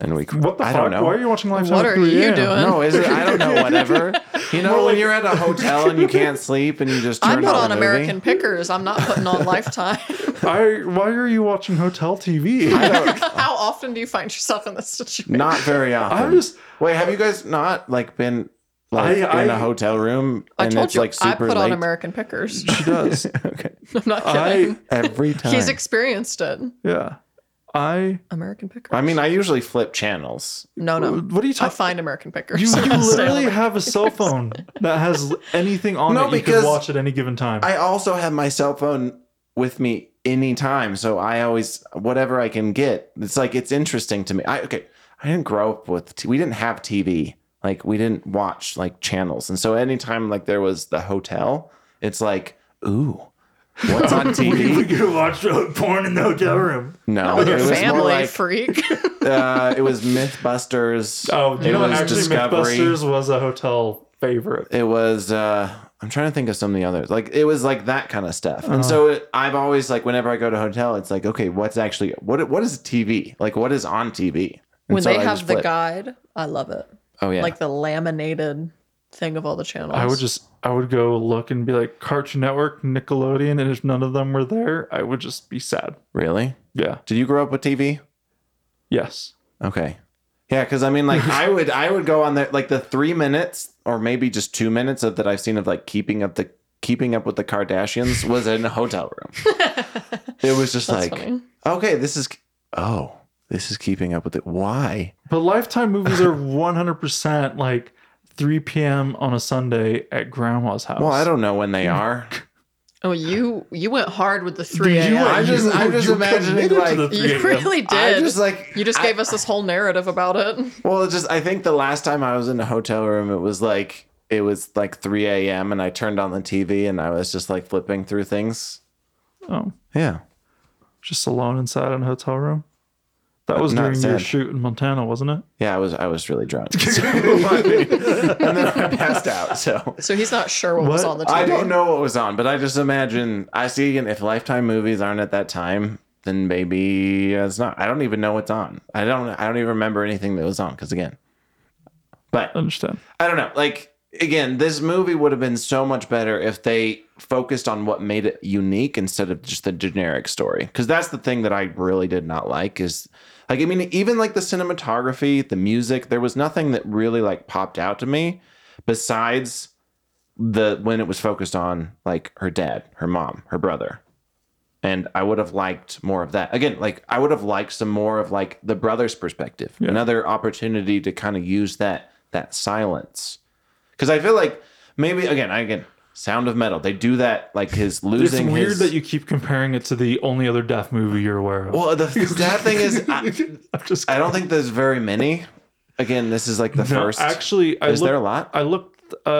And we what the I fuck don't know why are you watching lifetime What at are 3 you a.m.? doing? no, is it? I don't know. [laughs] Whatever. You More know, when like- you're at a hotel and you can't sleep and you just I turn put on a American Movie. Pickers. I'm not [laughs] putting on Lifetime. [laughs] I, why are you watching hotel [laughs] TV? [laughs] How often do you find yourself in this situation? Not very often. I'm just- wait. Have you guys not like been like I- in a I- hotel room I and told it's you, like super I put on late? American Pickers. [laughs] she does. [laughs] okay. I'm not I kidding. Every time. He's experienced it. yeah. I American Pickers. I mean, I usually flip channels. no, no. what are you I talking? find American Pickers. You, I [laughs] you stay on literally American- have a cell phone that has anything on No, it you because can watch at any given time. I also have my cell phone with me anytime, so I always whatever I can get. It's like it's interesting to me. I okay, I didn't grow up with t- we didn't have TV. Like we didn't watch like channels. And so anytime like there was the hotel, it's like, ooh, what's [laughs] [laughs] on we TV? could have watched porn in the hotel room. No, with your it was family more like [laughs] freak. uh, it was [laughs] Mythbusters. Oh, do you it know what? was Actually, Discovery. MythBusters was a hotel favorite. it was uh i'm trying to think of some of the others like it was like that kind of stuff and so Uh-huh. it, i've always like whenever i go to a hotel it's like okay what's actually what what is tv like what is on tv And when so they I have just the flip. guide, I love it. oh yeah Like the laminated thing of all the channels. I [laughs] would just, I would go look and be like Cartoon Network, Nickelodeon, and if none of them were there, I would just be sad. really Yeah. did you grow up with tv Yes. okay yeah because i mean like [laughs] i would i would go on there like the three minutes or maybe just two minutes of that i've seen of like keeping up the keeping up with the kardashians was in a hotel room it was just That's like funny. okay this is oh this is keeping up with it why But Lifetime movies are 100% like 3 p.m. on a Sunday at grandma's house. Well, I don't know when they are. Oh, you you went hard with the three You- a.m. I'm you- just- I'm just you imagining, committed to like- the You, 3 [laughs] a.m. really did. I just like you just I- gave us this whole narrative about it. Well, it's just I think the last time I was in a hotel room, it was like it was like 3 a.m. and I turned on the TV and I was just like flipping through things. Oh, Yeah, just alone inside in a hotel room. That was Not during your sad. shoot in Montana, wasn't it? yeah. I was I was really drunk, So- [laughs] and then I passed out. So So he's not sure what, was What? on the TV. I don't know what was on, but I just imagine. I see again if Lifetime movies aren't at that time. Then maybe it's not. I don't even know what's on. I don't. I don't even remember anything that was on. Because again, but understand. I don't know. Like again, this movie would have been so much better if they focused on what made it unique instead of just the generic story. Because that's the thing that I really did not like is like I mean, even like the cinematography, the music, there was nothing that really like popped out to me besides the when it was focused on like her dad, her mom, her brother. And I would have liked more of that. Again, like I would have liked some more of like the brother's perspective. Another opportunity to kind of use that that silence. Cuz I feel like maybe again, I again Sound of Metal. They do that like his It's losing. weird his- that you keep comparing it to the only other death movie you're aware of. [laughs] Well, the sad thing is, I, I'm just I don't think there's very many. Again, this is like the No, first. Actually, I is there a looked, lot? I looked uh,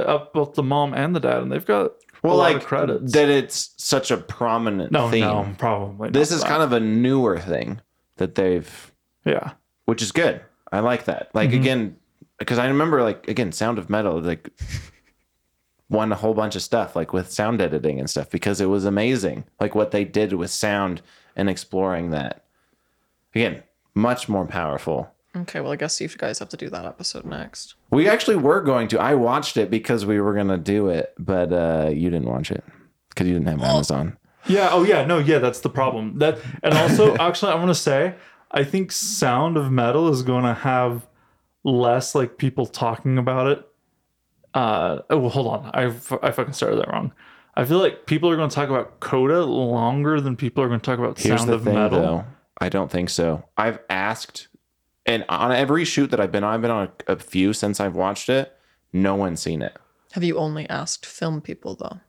up both the mom and the dad, and they've got a Well, lot like of credits. that it's such a prominent no, theme. no, probably. This is kind of a newer thing that they've, yeah. which is good. I like that. Like Mm-hmm. again, because I remember like again, Sound of Metal like [laughs] won a whole bunch of stuff like with sound editing and stuff because it was amazing. Like what they did with sound and exploring that. Again, much more powerful Okay, well, I guess you guys have to do that episode next. We actually were going to. I watched it because we were going to do it, but uh, you didn't watch it because you didn't have Amazon. Yeah. Oh, yeah. No, yeah. That's the problem. That and [laughs] also, actually, I want to say, I think Sound of Metal is going to have less like people talking about it. Uh, oh, well, hold on. I f- I fucking started that wrong. I feel like people are going to talk about Coda longer than people are going to talk about Here's Sound the of thing, Metal. though. I don't think so. I've asked, and on every shoot that I've been on, I've been on a, a few since I've watched it. No one's seen it. Have you only asked film people though?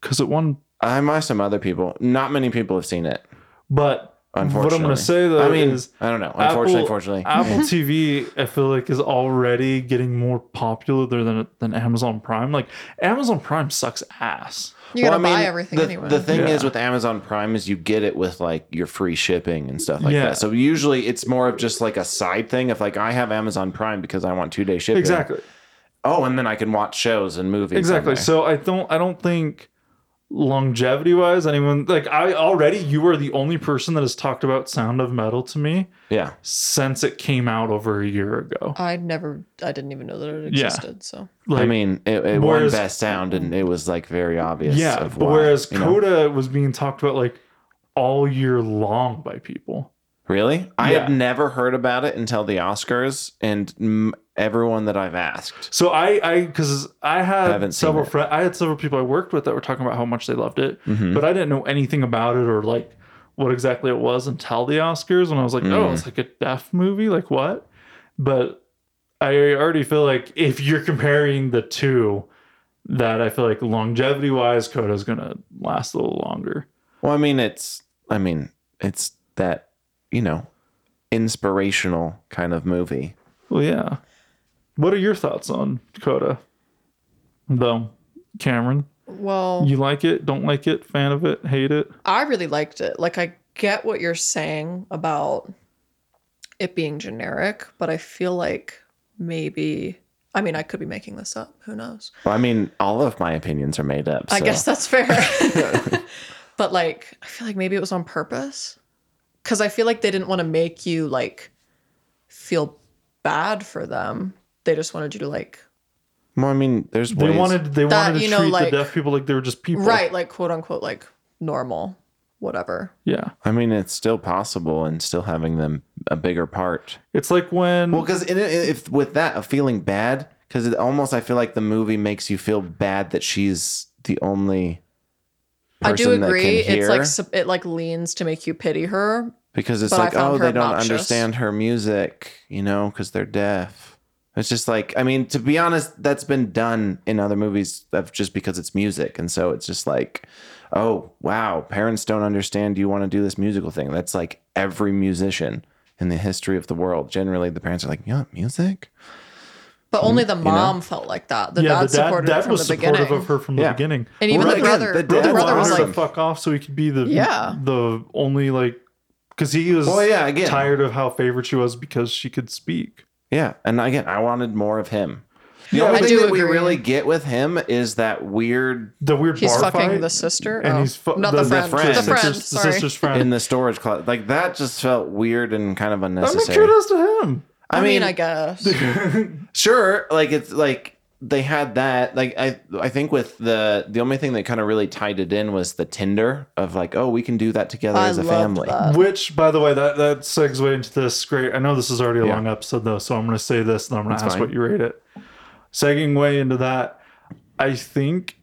Because it won. I am asked some other people. Not many people have seen it. But Unfortunately, what I'm going to say though I mean, is I don't know. Unfortunately, Apple- fortunately, Apple [laughs] TV, I feel like, is already getting more popular than than Amazon Prime. Like Amazon Prime sucks ass. You Well, gotta I buy mean, everything the, anyway. The thing Yeah. is with Amazon Prime is you get it with like your free shipping and stuff like Yeah. that. So usually it's more of just like a side thing of like I have Amazon Prime because I want two day shipping. Exactly. Oh, and then I can watch shows and movies. on Exactly. there. So I don't I don't think longevity wise anyone like I already you are the only person that has talked about Sound of Metal to me yeah, since it came out over a year ago. I'd never, I didn't even know that it Yeah. existed. So Like I mean it, it won whereas- best sound and it was like very obvious. yeah, of but why, whereas you know? Coda was being talked about like all year long by people. really, I had Yeah. never heard about it until the Oscars and mm, everyone that I've asked. So I I because I had Haven't seen several it. friends I had several people I worked with that were talking about how much they loved it, Mhm. but I didn't know anything about it or like what exactly it was until the Oscars when I was like, oh, Mm. it's like a deaf movie, like what? But I already feel like if you're comparing the two, that I feel like longevity wise, Coda's gonna last a little longer. Well, I mean, it's, I mean, it's that, you know, inspirational kind of movie. Well, yeah. What are your thoughts on Coda? Though, Cameron, well, you like it? Don't like it? Fan of it? Hate it? I really liked it. Like I get what you're saying about it being generic, but I feel like maybe I mean I could be making this up. Who knows? Well, I mean, all of my opinions are made up. I so- guess that's fair. [laughs] [laughs] but like I feel like maybe it was on purpose. Cause I feel like they didn't want to make you like feel bad for them. They just wanted you to like Well, I mean, there's They ways. wanted they That, wanted to you know, treat like- the deaf people like they were just people. right, like quote unquote like normal, whatever. Yeah. I mean, it's still possible and still having them a bigger part. It's like when Mm-hmm. Well, because if with that of feeling bad, because it almost I feel like the movie makes you feel bad that she's the only. I do person that can agree. It's like hear. sup- it like leans to make you pity her, because it's But I like found oh her they don't obnoxious. understand her music you know because they're deaf it's just like i mean to be honest that's been done in other movies of just because it's music and so it's just like oh wow parents don't understand you want to do this musical thing that's like every musician in the history of the world generally the parents are like you want music But only the Mm, you know? mom felt like that. The yeah, dad the dad, supported her dad from was the supportive beginning. of her from Yeah. the beginning. And even Well, the again, brother, the the, dad brother was wanted her like, to fuck off so he could be the Yeah. the only like because he was well yeah again tired of how favored she was because she could speak. Yeah, and again, I wanted more of him. The Yeah, only I thing do that we agree. really get with him is that weird The weird he's bar fucking fight, the sister. and oh, he's fu- not the, the- the friend. friend. The Sister's- friend. sister's, Sorry. the sister's friend. [laughs] in the storage closet. Like that just felt weird and kind of I'm not unnecessary. curious to him. I mean, I guess. [laughs] sure like it's like they had that like i i think with the the only thing that kind of really tied it in was the tinder of like oh we can do that together I as a loved family that. Which, by the way, that that segues into this great. I know this is already a Yeah. long episode though, so I'm going to say this, and I'm going That's to ask fine. what you rate it. Seguing way into that, I think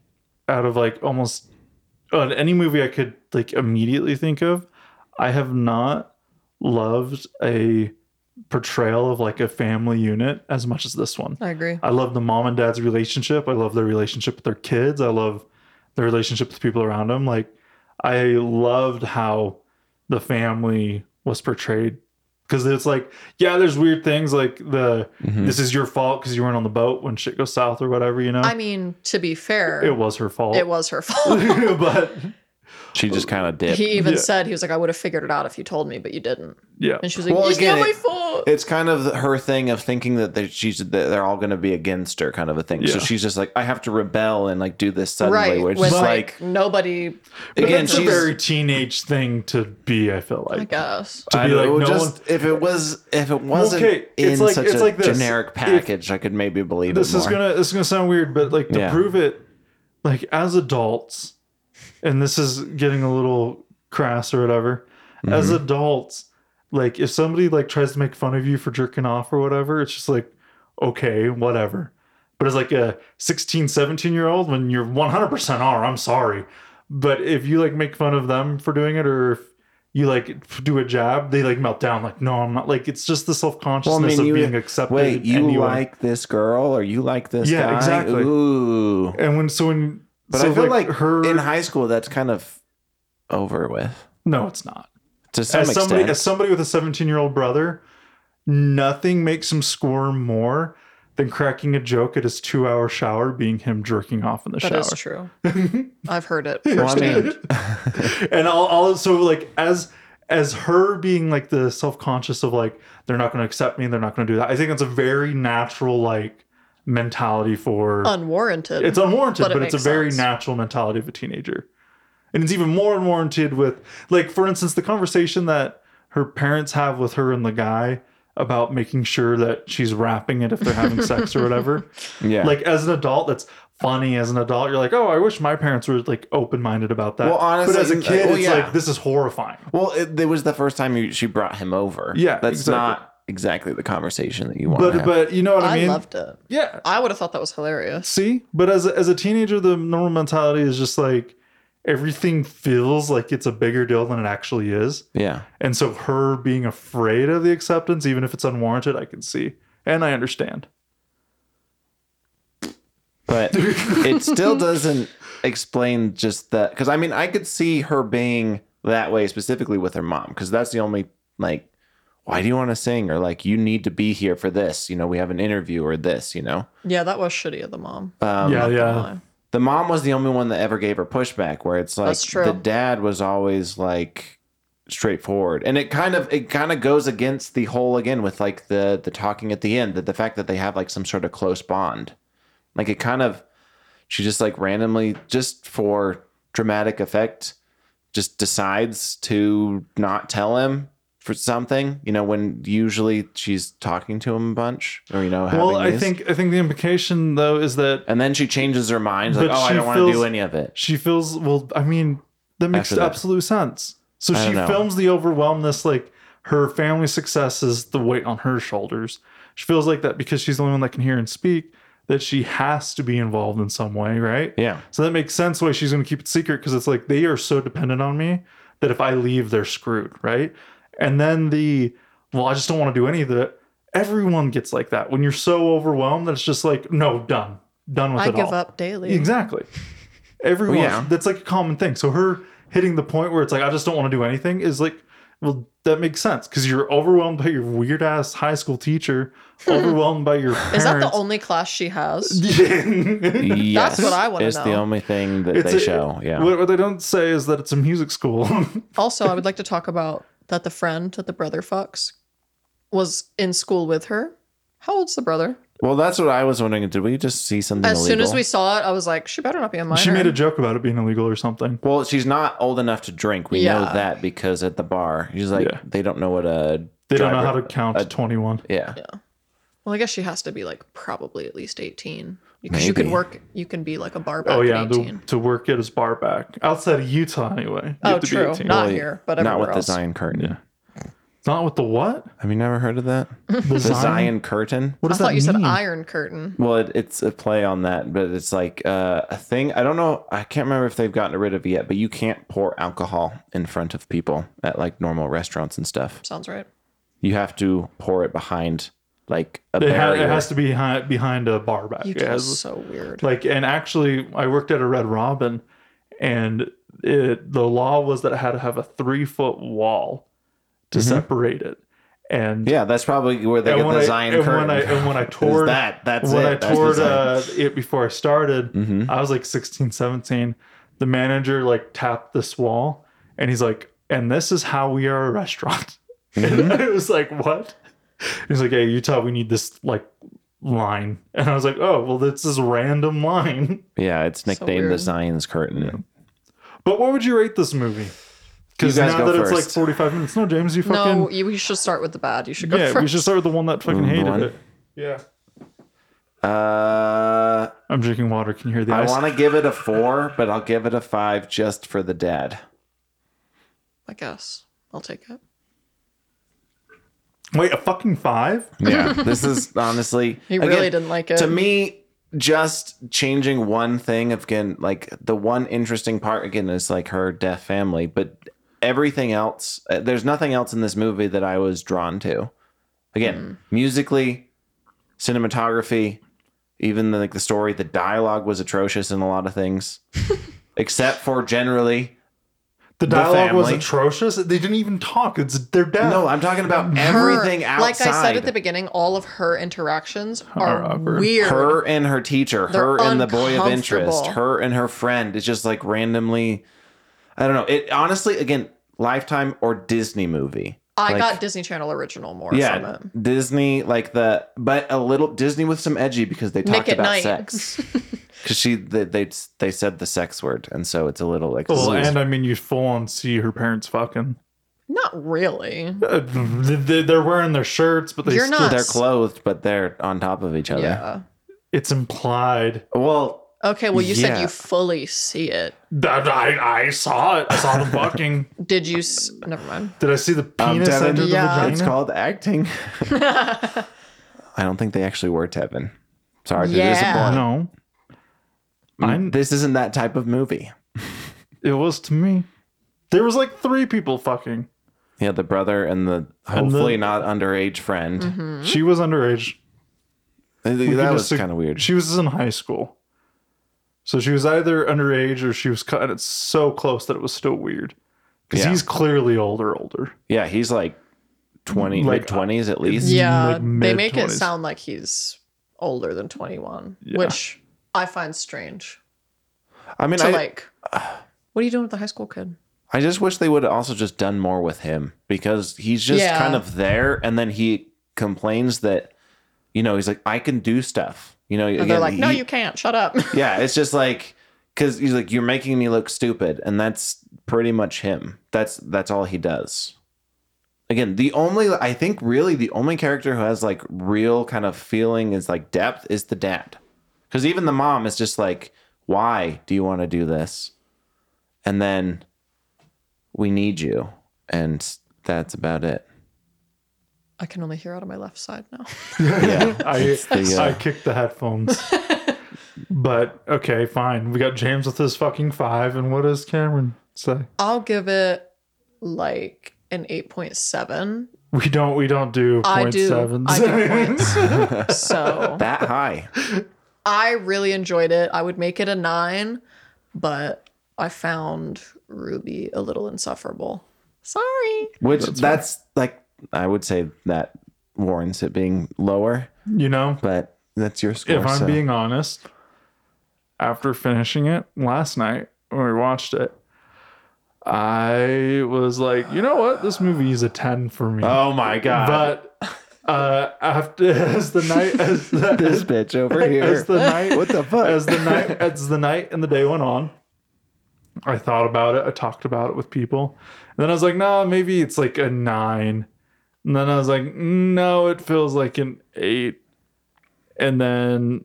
out of like almost uh, any movie I could like immediately think of, I have not loved a portrayal of like a family unit as much as this one. I agree. I love the mom and dad's relationship. I love their relationship with their kids. I love their relationship with people around them. Like I loved how the family was portrayed because it's like yeah, there's weird things like the Mhm. this is your fault because you weren't on the boat when shit goes south or whatever. You know, I mean, to be fair, it was her fault. [laughs] it was her fault. [laughs] but She just kind of dipped. he even Yeah. said he was like, I would have figured it out if you told me, but you didn't. yeah, And she was like, Well, It's again, not my it- fault. it's kind of her thing of thinking that they- she's that they're all going to be against her, kind of a thing. So Yeah. she's just like, I have to rebel and like do this suddenly, right. which when is like, like nobody But again, that's a she's very teenage thing to be. I feel I like guess. to I be don't like know, no just one. if it was if it wasn't okay, in it's like- such it's a like this. generic If- package, I could maybe believe This it is more. gonna this is gonna sound weird, but like to Yeah. prove it, like as adults, and this is getting a little crass or whatever. Mm-hmm. As adults, like if somebody like tries to make fun of you for jerking off or whatever, it's just like okay, whatever. But as like a 16, 17 year old, when you're 100% are, I'm sorry. But if you like make fun of them for doing it or if you like do a jab, they like melt down. Like, no, I'm not. Like, it's just the self Well, I consciousness mean, you of being accepted. wait, you anyway. like this girl or you like this Yeah, guy? exactly. Ooh. And when so when But so I feel like, her in high school, that's kind of over with no, it's not. to some as somebody extent. as somebody with a 17 year old brother, nothing makes him squirm more than cracking a joke at his two hour shower being him jerking off in the That shower. is true. [laughs] I've heard it. Well, I mean, and I'll also like as as her being like the self conscious of like they're not going to accept me, they're not going to do that. I think that's a very natural like mentality Oh, for Unwarranted. it's unwarranted, But but, it it's a makes very sense. natural natural mentality of a teenager. And it's even more unwarranted with, like, for instance, the conversation that her parents have with her and the guy about making sure that she's wrapping it if they're having sex or [laughs] whatever. yeah. Like, as an adult, that's funny. As an adult, you're like, oh, I wish my parents were like open minded about that. Well, honestly, but as a n- kid, well, it's yeah. like this is horrifying. well, it, it was the first time you, she brought him over. Yeah, That's exactly. not exactly the conversation that you want. to But have. but you know what I, I, mean? loved it. yeah, I would have thought that was hilarious. See, but as a, as a teenager, the normal mentality is just like everything feels like it's a bigger deal than it actually is, yeah. and so her being afraid of the acceptance, even if it's unwarranted, I can see and I understand. but it still doesn't explain just that because i mean i could see her being that way specifically with her mom because that's the only like why do you want to sing or like you need to be here for this you know we have an interview or this you know Yeah, that was shitty of the mom. um, yeah, yeah, Why? the mom was the only one that ever gave her pushback where it's like That's true. the dad was always like straightforward and it kind of it kind of goes against the whole again with like the the talking at the end that the fact that they have like some sort of close bond like it kind of she just like randomly just for dramatic effect just decides to not tell him for something you know when usually she's talking to him a bunch or you know having Well, I these. think I think the implication though is that and then she changes her mind like But oh i she don't want to do feels- any of it she feels well. I mean, that makes After that. absolute sense. So I she don't know. films the overwhelmness, like her family success is the weight on her shoulders. She feels like that because she's the only one that can hear and speak. That she has to be involved in some way, right? [laughs] yeah So that makes sense why she's going to keep it secret because it's like they are so dependent on me that if I leave, they're screwed, right? And then the, well, I just don't want to do any of that. Everyone gets like that when you're so overwhelmed that it's just like, no, done, done with I it give all. up daily. [laughs] Exactly. Everyone. Well, yeah. That's like a common thing. So her hitting the point where it's like, I just don't want to do anything is like, well, that makes sense because you're overwhelmed by your weird ass high school [laughs] teacher, overwhelmed by your parents. Is [laughs] that the only class she has? yes, what I wanna It's the know. only thing that It's they a- show. Yeah. What, what they don't say is that it's a music school. [laughs] Also, I would like to talk about that the friend that the brother fucks was in school with her. How old's the brother? well, that's what I was wondering. Did we just see something? As soon as illegal? we saw it, I was like, she better not be a minor. she made a joke about it being illegal or something. Well, she's not old enough to drink. We know Yeah. that because at the bar, she's like, Yeah. they don't know what a. They don't know driver- how to count to 21. Yeah. Well, I guess she has to be like probably at least 18 because you can Maybe. work, you can be like a bar back Oh, yeah. at To, 18. to work at his bar back. Outside of Utah, anyway. You oh, have to be true. 18. Not Well, here, but Not everywhere with the else. Zion curtain. Yeah. Not with the [laughs] what? Have you never heard of that? The, The Zion? Zion curtain. What I does thought that you said mean? iron curtain. Well, it, it's a play on that, but it's like uh, a thing. I don't know. I can't remember if they've gotten rid of it yet, but you can't pour alcohol in front of people at like normal restaurants and stuff. Sounds right. you have to pour it behind like a It, ha- barrier. it has to be behind, behind a bar back. You It are has- so weird. like and actually i worked at a red robin and it the law was that it had to have a three foot wall to Mhm. separate it and yeah, that's probabably where they and get when the I- Zion and curtain. when I- [laughs] and when I Is toured- that that's when it. i that's toured uh, it before i started hmm i was like 16 17 the manager like tapped this wall and he's like and this is how we are a restaurant [laughs] Mm-hmm. and i was like what he's like hey utah we need this like line and i was like oh well this is random line Yeah, it's So nicknamed the weird. Zion's curtain. But what would you rate this movie? Because You guys now go that it's like first. 45 minutes. No, James, you fucking. No, you, we should start with the bad. You should go yeah, first. we should start with the one that fucking Mm, hated one. it. Yeah. Uh, I'm drinking water. Can you hear the I ice? want to give it a four, but I'll give it a five just for the dad. I guess I'll take it. Wait, a fucking five? Yeah, [laughs] this is honestly. He really didn't like it. To me, just changing one thing again, like the one interesting part again is like her deaf family, but everything else, uh, there's nothing else in this movie that I was drawn to. Again, musically, cinematography, even the, like the story, the dialogue was atrocious in a lot of things, except for generally. The The dialogue was family. atrocious. They didn't even talk. It's their death. No, I'm talking about Her- everything outside. Like I said at the beginning, all of her interactions Are are, awkward. weird. her and her teacher, They're her and the boy of interest, uncomfortable. her and her friend. It's just like randomly. I don't know. It honestly, again, Lifetime or Disney movie. I Like, got Disney Channel original more yeah, from it. Disney like the but a little Disney with some edgy because they Nick talked at about Night. [laughs] sex because she they, they they said the sex word and so it's a little like Well, ooh. and uh, I mean, you full on see her parents fucking. Not really. Uh, they- They're wearing their shirts, but they You're still, not- they're clothed but they're on top of each other. Yeah. it's implied. Well, Okay, well you said Yeah. you fully see it. That I, I saw it. I saw [laughs] them fucking. Did you s- never mind. Did I see the penis um, Devin, enter yeah. the vagina? it's called [laughs] acting. I don't think they actually were Tevin. Sorry to Yeah. disappoint. no, I'm- Mm, this isn't that type of movie. it was to me. There was like three people fucking. Yeah, the brother and the And the- hopefully not underage friend. Mm-hmm. She was underage. I think We That could was just- kind of weird. She was in high school. So she was either underage or she was cut, and it's so close that it was still weird. Because Yeah. he's clearly older, older. Yeah, he's like twenty, Like, uh, mid twenties at least. Yeah. like they make it mid-twenties. sound like he's older than 21, Yeah. which I find strange. I mean, So I, like what are you doing with the high school kid? I just wish they would have also just done more with him because he's just Yeah. kind of there, and then he complains that you know he's like I can do stuff. You know, And again, they're like, "No, he- you can't. Shut up." [laughs] yeah, it's just like because he's like you're making me look stupid, and that's pretty much him. That's that's all he does. Again, the only I think really the only character who has like real kind of feeling is like depth is the dad, because even the mom is just like, why do you want to do this? And then we need you, and that's about it. I can only hear out of my left side now. Yeah, [laughs] I, the, uh, I kicked the headphones. [laughs] but okay, fine. We got James with his fucking five, and what does Cameron say? I'll give it like an 8.7. We don't we don't do I point do. sevens. I [laughs] do points. so that high. I really enjoyed it. I would make it a nine, but I found Ruby a little insufferable. Sorry. Which that's, like I would say that warrants it being lower, you know? but that's your score. if I'm so- being honest, after finishing it last night when we watched it, I was like, you know what? This movie is a 10 for me. oh my god, but uh, [laughs] after as the night as the, [laughs] this bitch over here. as the night what the fuck? as the night as the night and the day went on i thought about it i talked about it with people and then i was like nah maybe it's like a nine and then i was like no it feels like an eight and then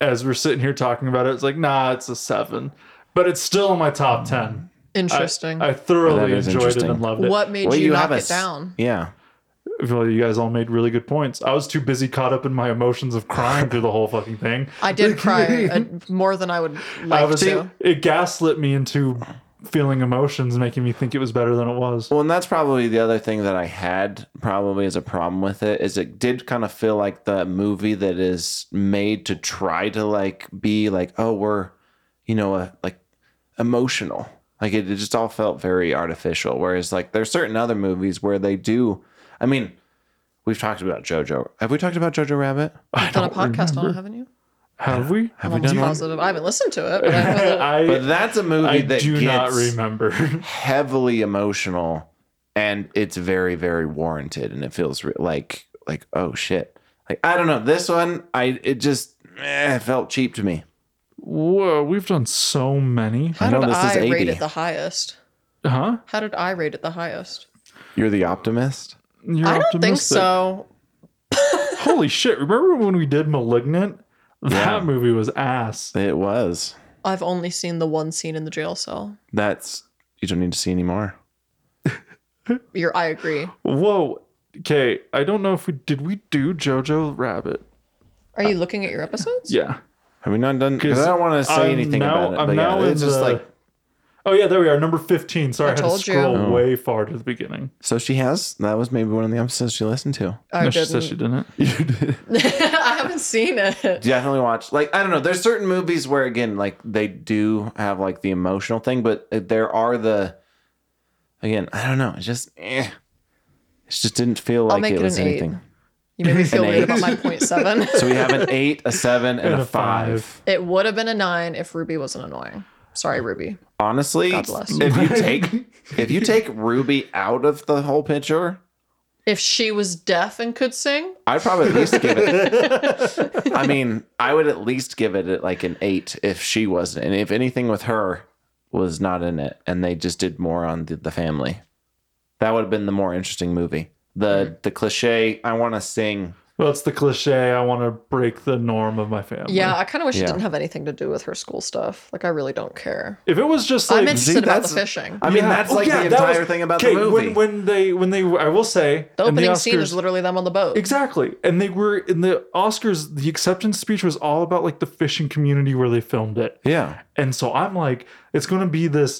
as we're sitting here talking about it it's like nah it's a seven but it's still in my top 10 Interesting. i thoroughly That is enjoyed it interesting. and loved it what made Well, you, knock a it s- down? Yeah, well you guys all made really good points i was too busy caught up in my emotions of crying through the whole fucking thing [laughs] I did cry uh more than I would like I was to. it gaslit me into feeling emotions, making me think it was better than it was. Well, and that's probably the other thing that I had probably as a problem with it is it did kind of feel like the movie that is made to try to like be like, oh, we're, you know, uh, like emotional. Like it, it just all felt very artificial. Whereas like there's certain other movies where they do. I mean, we've talked about JoJo. Have we talked about JoJo Rabbit? I Done a don't podcast on it, remember. haven't you? Have we? Have we I'm done almost one? positive. I haven't listened to [laughs] it, but I know that I, But that's a movie I that do gets not remember. heavily emotional, and it's very very warranted, and it feels re- like like oh shit. Like I don't know this one. I it just eh, it felt cheap to me. Whoa, we've done so many. how I know did this is I 80. rate it the highest? Huh? How did I rate it the highest? You're the optimist. You're I don't think optimistic. so. Holy shit. Remember when we did Malignant? Yeah. That movie was ass. It was. I've only seen the one scene in the jail cell. That's you don't need to see anymore. You're, I agree. Whoa. Okay, I don't know if we did we do Jojo Rabbit. Are you looking at your episodes? Yeah. Have we not done? Because I don't want to say I'm anything now- about it. I'm but now yeah, in it's just the- like Oh yeah, there we are. Number 15. Sorry, I, I had to told you. scroll Oh. way far to the beginning. so she has. That was maybe one of the episodes she listened to. I no, she didn't. said [laughs] she [laughs] didn't. You did. I haven't seen it. definitely watch like i don't know there's certain movies where again like they do have like the emotional thing but there are the again i don't know it's just eh. it just didn't feel like make it, it was an eight. anything You made me feel An weird eight. about my point seven. so we have an eight a seven and, And a a five. five, it would have been a nine if Ruby wasn't annoying. Sorry, Ruby. honestly God bless. if [laughs] [laughs] you take if you take ruby out of the whole picture If she was deaf and could sing, i'd probably at least give it i mean i would at least give it uh, like an eight if she wasn't and if anything with her was not in it and they just did more on the, the family that would have been the more interesting movie Mm-hmm. the the cliche i want to sing Well, it's the cliche. I want to break the norm of my family. yeah, I kind of wish Yeah. it didn't have anything to do with her school stuff. Like, I really don't care. If it was just I'm like interested about the that's- fishing. i mean Yeah. that's Oh, like yeah, the that entire was- thing about the okay, movie When, when they when they I will say the in opening scene is Oscars- literally them on the boat. Exactly. And they were in the Oscars, the acceptance speech was all about like the fishing community where they filmed it. yeah And so I'm like, it's going to be this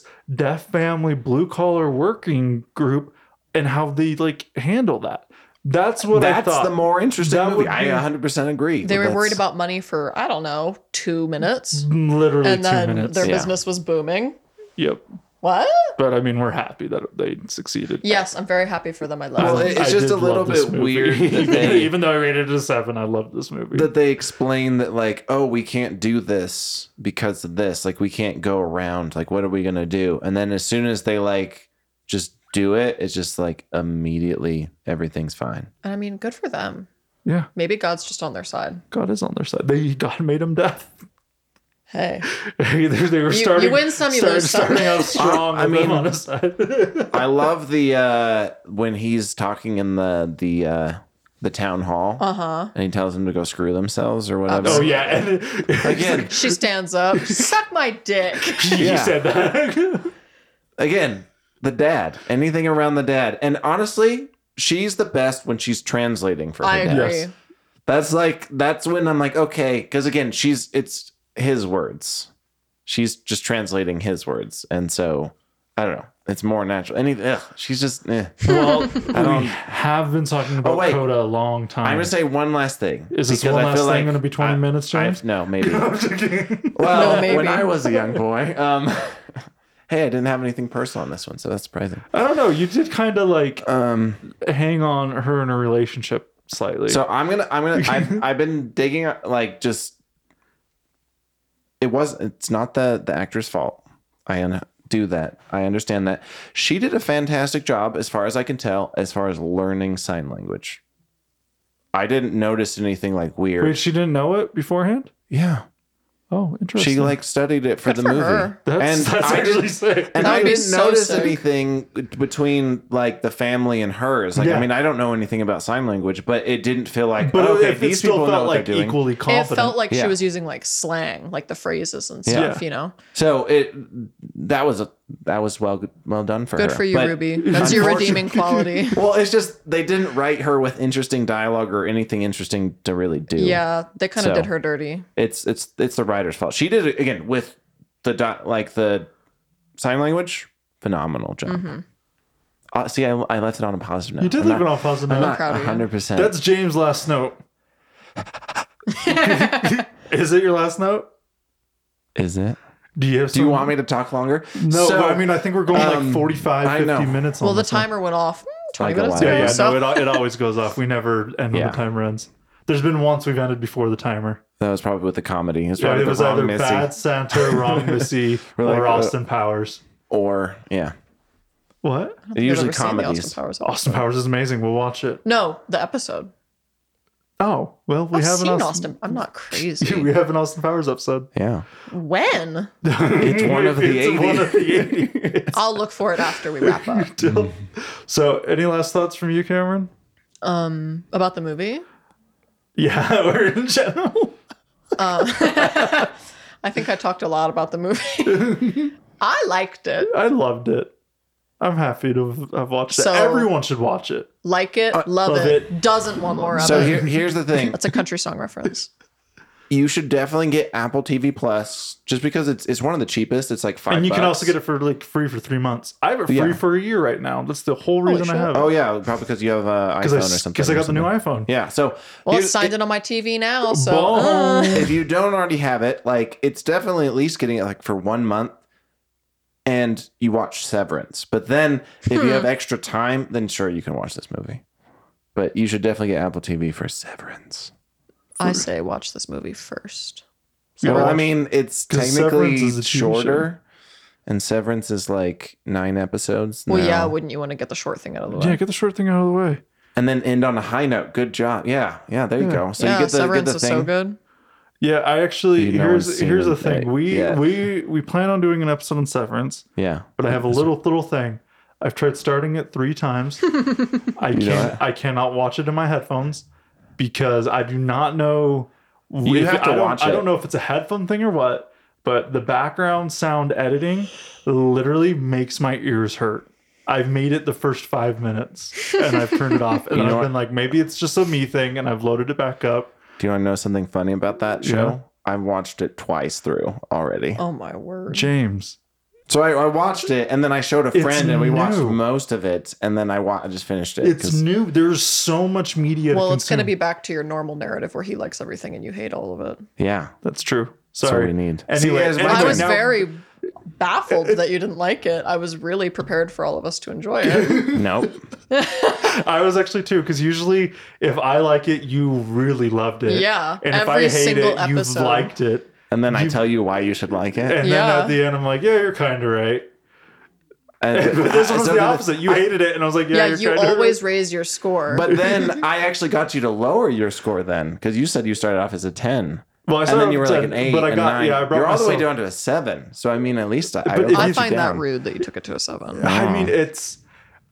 deaf family, blue collar working group and how they like handle that. That's what I that's thought. the more interesting That movie would i be- 100% agree They were That's- worried about money for, I don't know, two minutes. Literally And two then minutes. their Yeah. business was booming. Yep. What? But I mean, we're happy that they succeeded. Yes, I'm very happy for them. I love Well, them. it- it's just did a little love this bit movie. [laughs] weird that they- Even though I rated it a seven, I love this movie. that they explain that like oh we can't do this because of this like we can't go around like what are we gonna do and then as soon as they like just do it it's just like immediately everything's fine And I mean, good for them. yeah, Maybe God's just on their side. God is on their side. They God made them deaf. [laughs] Hey. they they were you starting. win some, you starting, lose some. Starting [laughs] out strong. I I mean, mean- on his side. [laughs] i love the uh when he's talking in the the uh the town hall Uh huh. and he tells them to go screw themselves or whatever oh yeah, and [laughs] again She stands up. Suck my dick. he Yeah. said that. again the dad anything around the dad and honestly she's the best when she's translating for her I dad. agree. Yes. That's like that's when I'm like, okay, because again, she's it's his words. She's just translating his words, and so I don't know. It's more natural. Any, ugh, she's just. Eh. well, don't- we have been talking about Oh, wait. Coda a long time. I'm gonna say one last thing. is this because one I last feel thing like going to be 20 I- minutes, I, James? [laughs] no, maybe. I'm just kidding. Well, No, maybe. when I was a young boy, um, [laughs] hey, I didn't have anything personal on this one, so that's surprising. I don't know. You did kind of like Um, hang on her and her relationship slightly. So I'm gonna I'm gonna [laughs] I've, I've been digging uh, like just it was it's not the the actor's fault. I un- do that. I understand that. She did a fantastic job as far as I can tell as far as learning sign language. I didn't notice anything like weird. Wait, she didn't know it beforehand. yeah. Oh, interesting. She like studied it for Good the for movie. her. that's, and [laughs] that's I actually didn't- sick. And That I would be didn't so notice sick. anything between like the family and hers. Like, I Yeah. mean, I don't know anything about sign language, but it didn't feel [laughs] like but okay, if it these still people know felt what like they're doing. equally It confident. felt like Yeah. she was using like slang, like the phrases and Yeah. stuff, you know? So it that was a that was well well done for her. Good for you, [laughs] But- Ruby. That's your redeeming quality. [laughs] Well, it's just they didn't write her with interesting dialogue or anything interesting to really do. Yeah, they kind of So. did her dirty. it's it's it's the writer's fault. She did it again with the di- like the sign language, phenomenal job. Mm-hmm. Uh, see, I, I left it on a positive note. You did I'm leave it not- on positive I'm note. not proud of you. 100%. That's James' last note. [laughs] Is it your last note? Is it? Do you have? Do you want me to talk longer? No, So- but I mean, I think we're going um, like 45, I 50 know. minutes. Well, on the this one. timer went off mm, 20 Like a minutes while. ago. Yeah, Yeah, yeah. so. No, it, al- it always goes off. We never end when Yeah. the timer ends. There's been once we've ended before the timer. That was probably with the comedy. It was Yeah, probably it was the wrong either Missy Bad Santa, [laughs] Wrong Missy, We're like, or uh, Austin Powers. or yeah. What? They're I've usually never seen the Austin comedies. Powers episode. Austin Powers is amazing. We'll watch it. No, the episode. Oh, well, we I've have seen an Austin. Austin. I'm not [laughs] we crazy. have an Austin Powers episode. Yeah. [laughs] when? [laughs] It's one of the It's one 80. of the 80. I'll look for it after we wrap [laughs] up. Still. Mm-hmm. So, any last thoughts from you, Cameron? Um, about the movie, Yeah, [laughs] or in general. I think I talked a lot about the movie. [laughs] I liked it. I loved it. I'm happy to have- have watched So- it. Everyone should watch it. Like it, love, love it. it. Doesn't want more of So it. here, here's the thing. [laughs] That's a country [laughs] song reference. You should definitely get Apple TV Plus just because it's it's one of the cheapest. It's like five. And you can bucks. also get it for like free for three months. I have it free Yeah. for a year right now. That's the whole Holy reason I shit. have it. Oh yeah, probably because you have an iPhone Because I, or s- something. [laughs] 'cause I or got the new iPhone. something. Yeah. [laughs] So Well, it's here's- signed it- in on my TV now, so uh, Boom. if you don't already have it, like it's definitely at least getting it like for one month. And you watch Severance, but then if Hmm. you have extra time, then sure you can watch this movie. But you should definitely get Apple TV for Severance. I say watch this movie first. Yeah, well, I watch- mean, it's 'Cause Severance technically is a TV shorter, and Severance is like nine episodes. Well, now. yeah, wouldn't you want to get the short thing out of the way? Yeah, get the short thing out of the way. and then end on a high note. Good job. Yeah, yeah. There you Yeah. go. So yeah, you get the, Severance get the is thing. so good. Yeah, I actually You know I've here's seen here's it, the thing. right? We Yeah. we we plan on doing an episode on severance, Yeah, but I have a little little thing. I've tried starting it three times. I what? can't I cannot watch it in my headphones because I do not know You if- have to I don't, watch I it. don't know if it's a headphone thing or what, but the background sound editing literally makes my ears hurt. I've made it the first five minutes and I've turned it [laughs] off. And You know I've what? been like, maybe it's just a me thing and I've loaded it back up. Do you want to know something funny about that show? I've watched it twice through already. Oh my word. James. So I, I watched it, and then I showed a It's friend, and we watched new. most of it, and then I wa- I just finished it. It's 'cause- new. There's so much media. Well, to it's going to consume. be back to your normal narrative where he likes everything and you hate all of it. yeah. That's true. what Sorry. we need. See, Anyway, as my anyway, I was now- very baffled that you didn't like it. I was really prepared for all of us to enjoy it. [laughs] Nope. I was actually too, because usually if I like it, you really loved it. Yeah, And if every I hate single it, episode. you liked it. And then I tell you why you should like it. [laughs] And Yeah. then at the end, I'm like, yeah, you're kind of right. [laughs] And- But this one's [laughs] so the then- opposite. You hated it, and I was like, yeah, yeah, you're you kinda always right. raise your score. But then I actually got you to lower your score then, because you said you started off as a ten. Well, I and started then you were with like 10, an eight, but I a got- nine. yeah, I brought You're all the way myself- down to a seven. So I mean, at least I, I But it let I you brings find that down. rude that you took it to a seven. I mean, it's,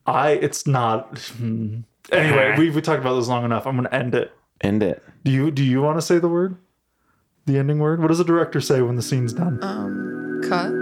I, it's not. hmm. Anyway, we we talked about this long enough. I'm gonna end it. End it. Do you do you want to say the word, the ending word? What does the director say when the scene's done? Cut.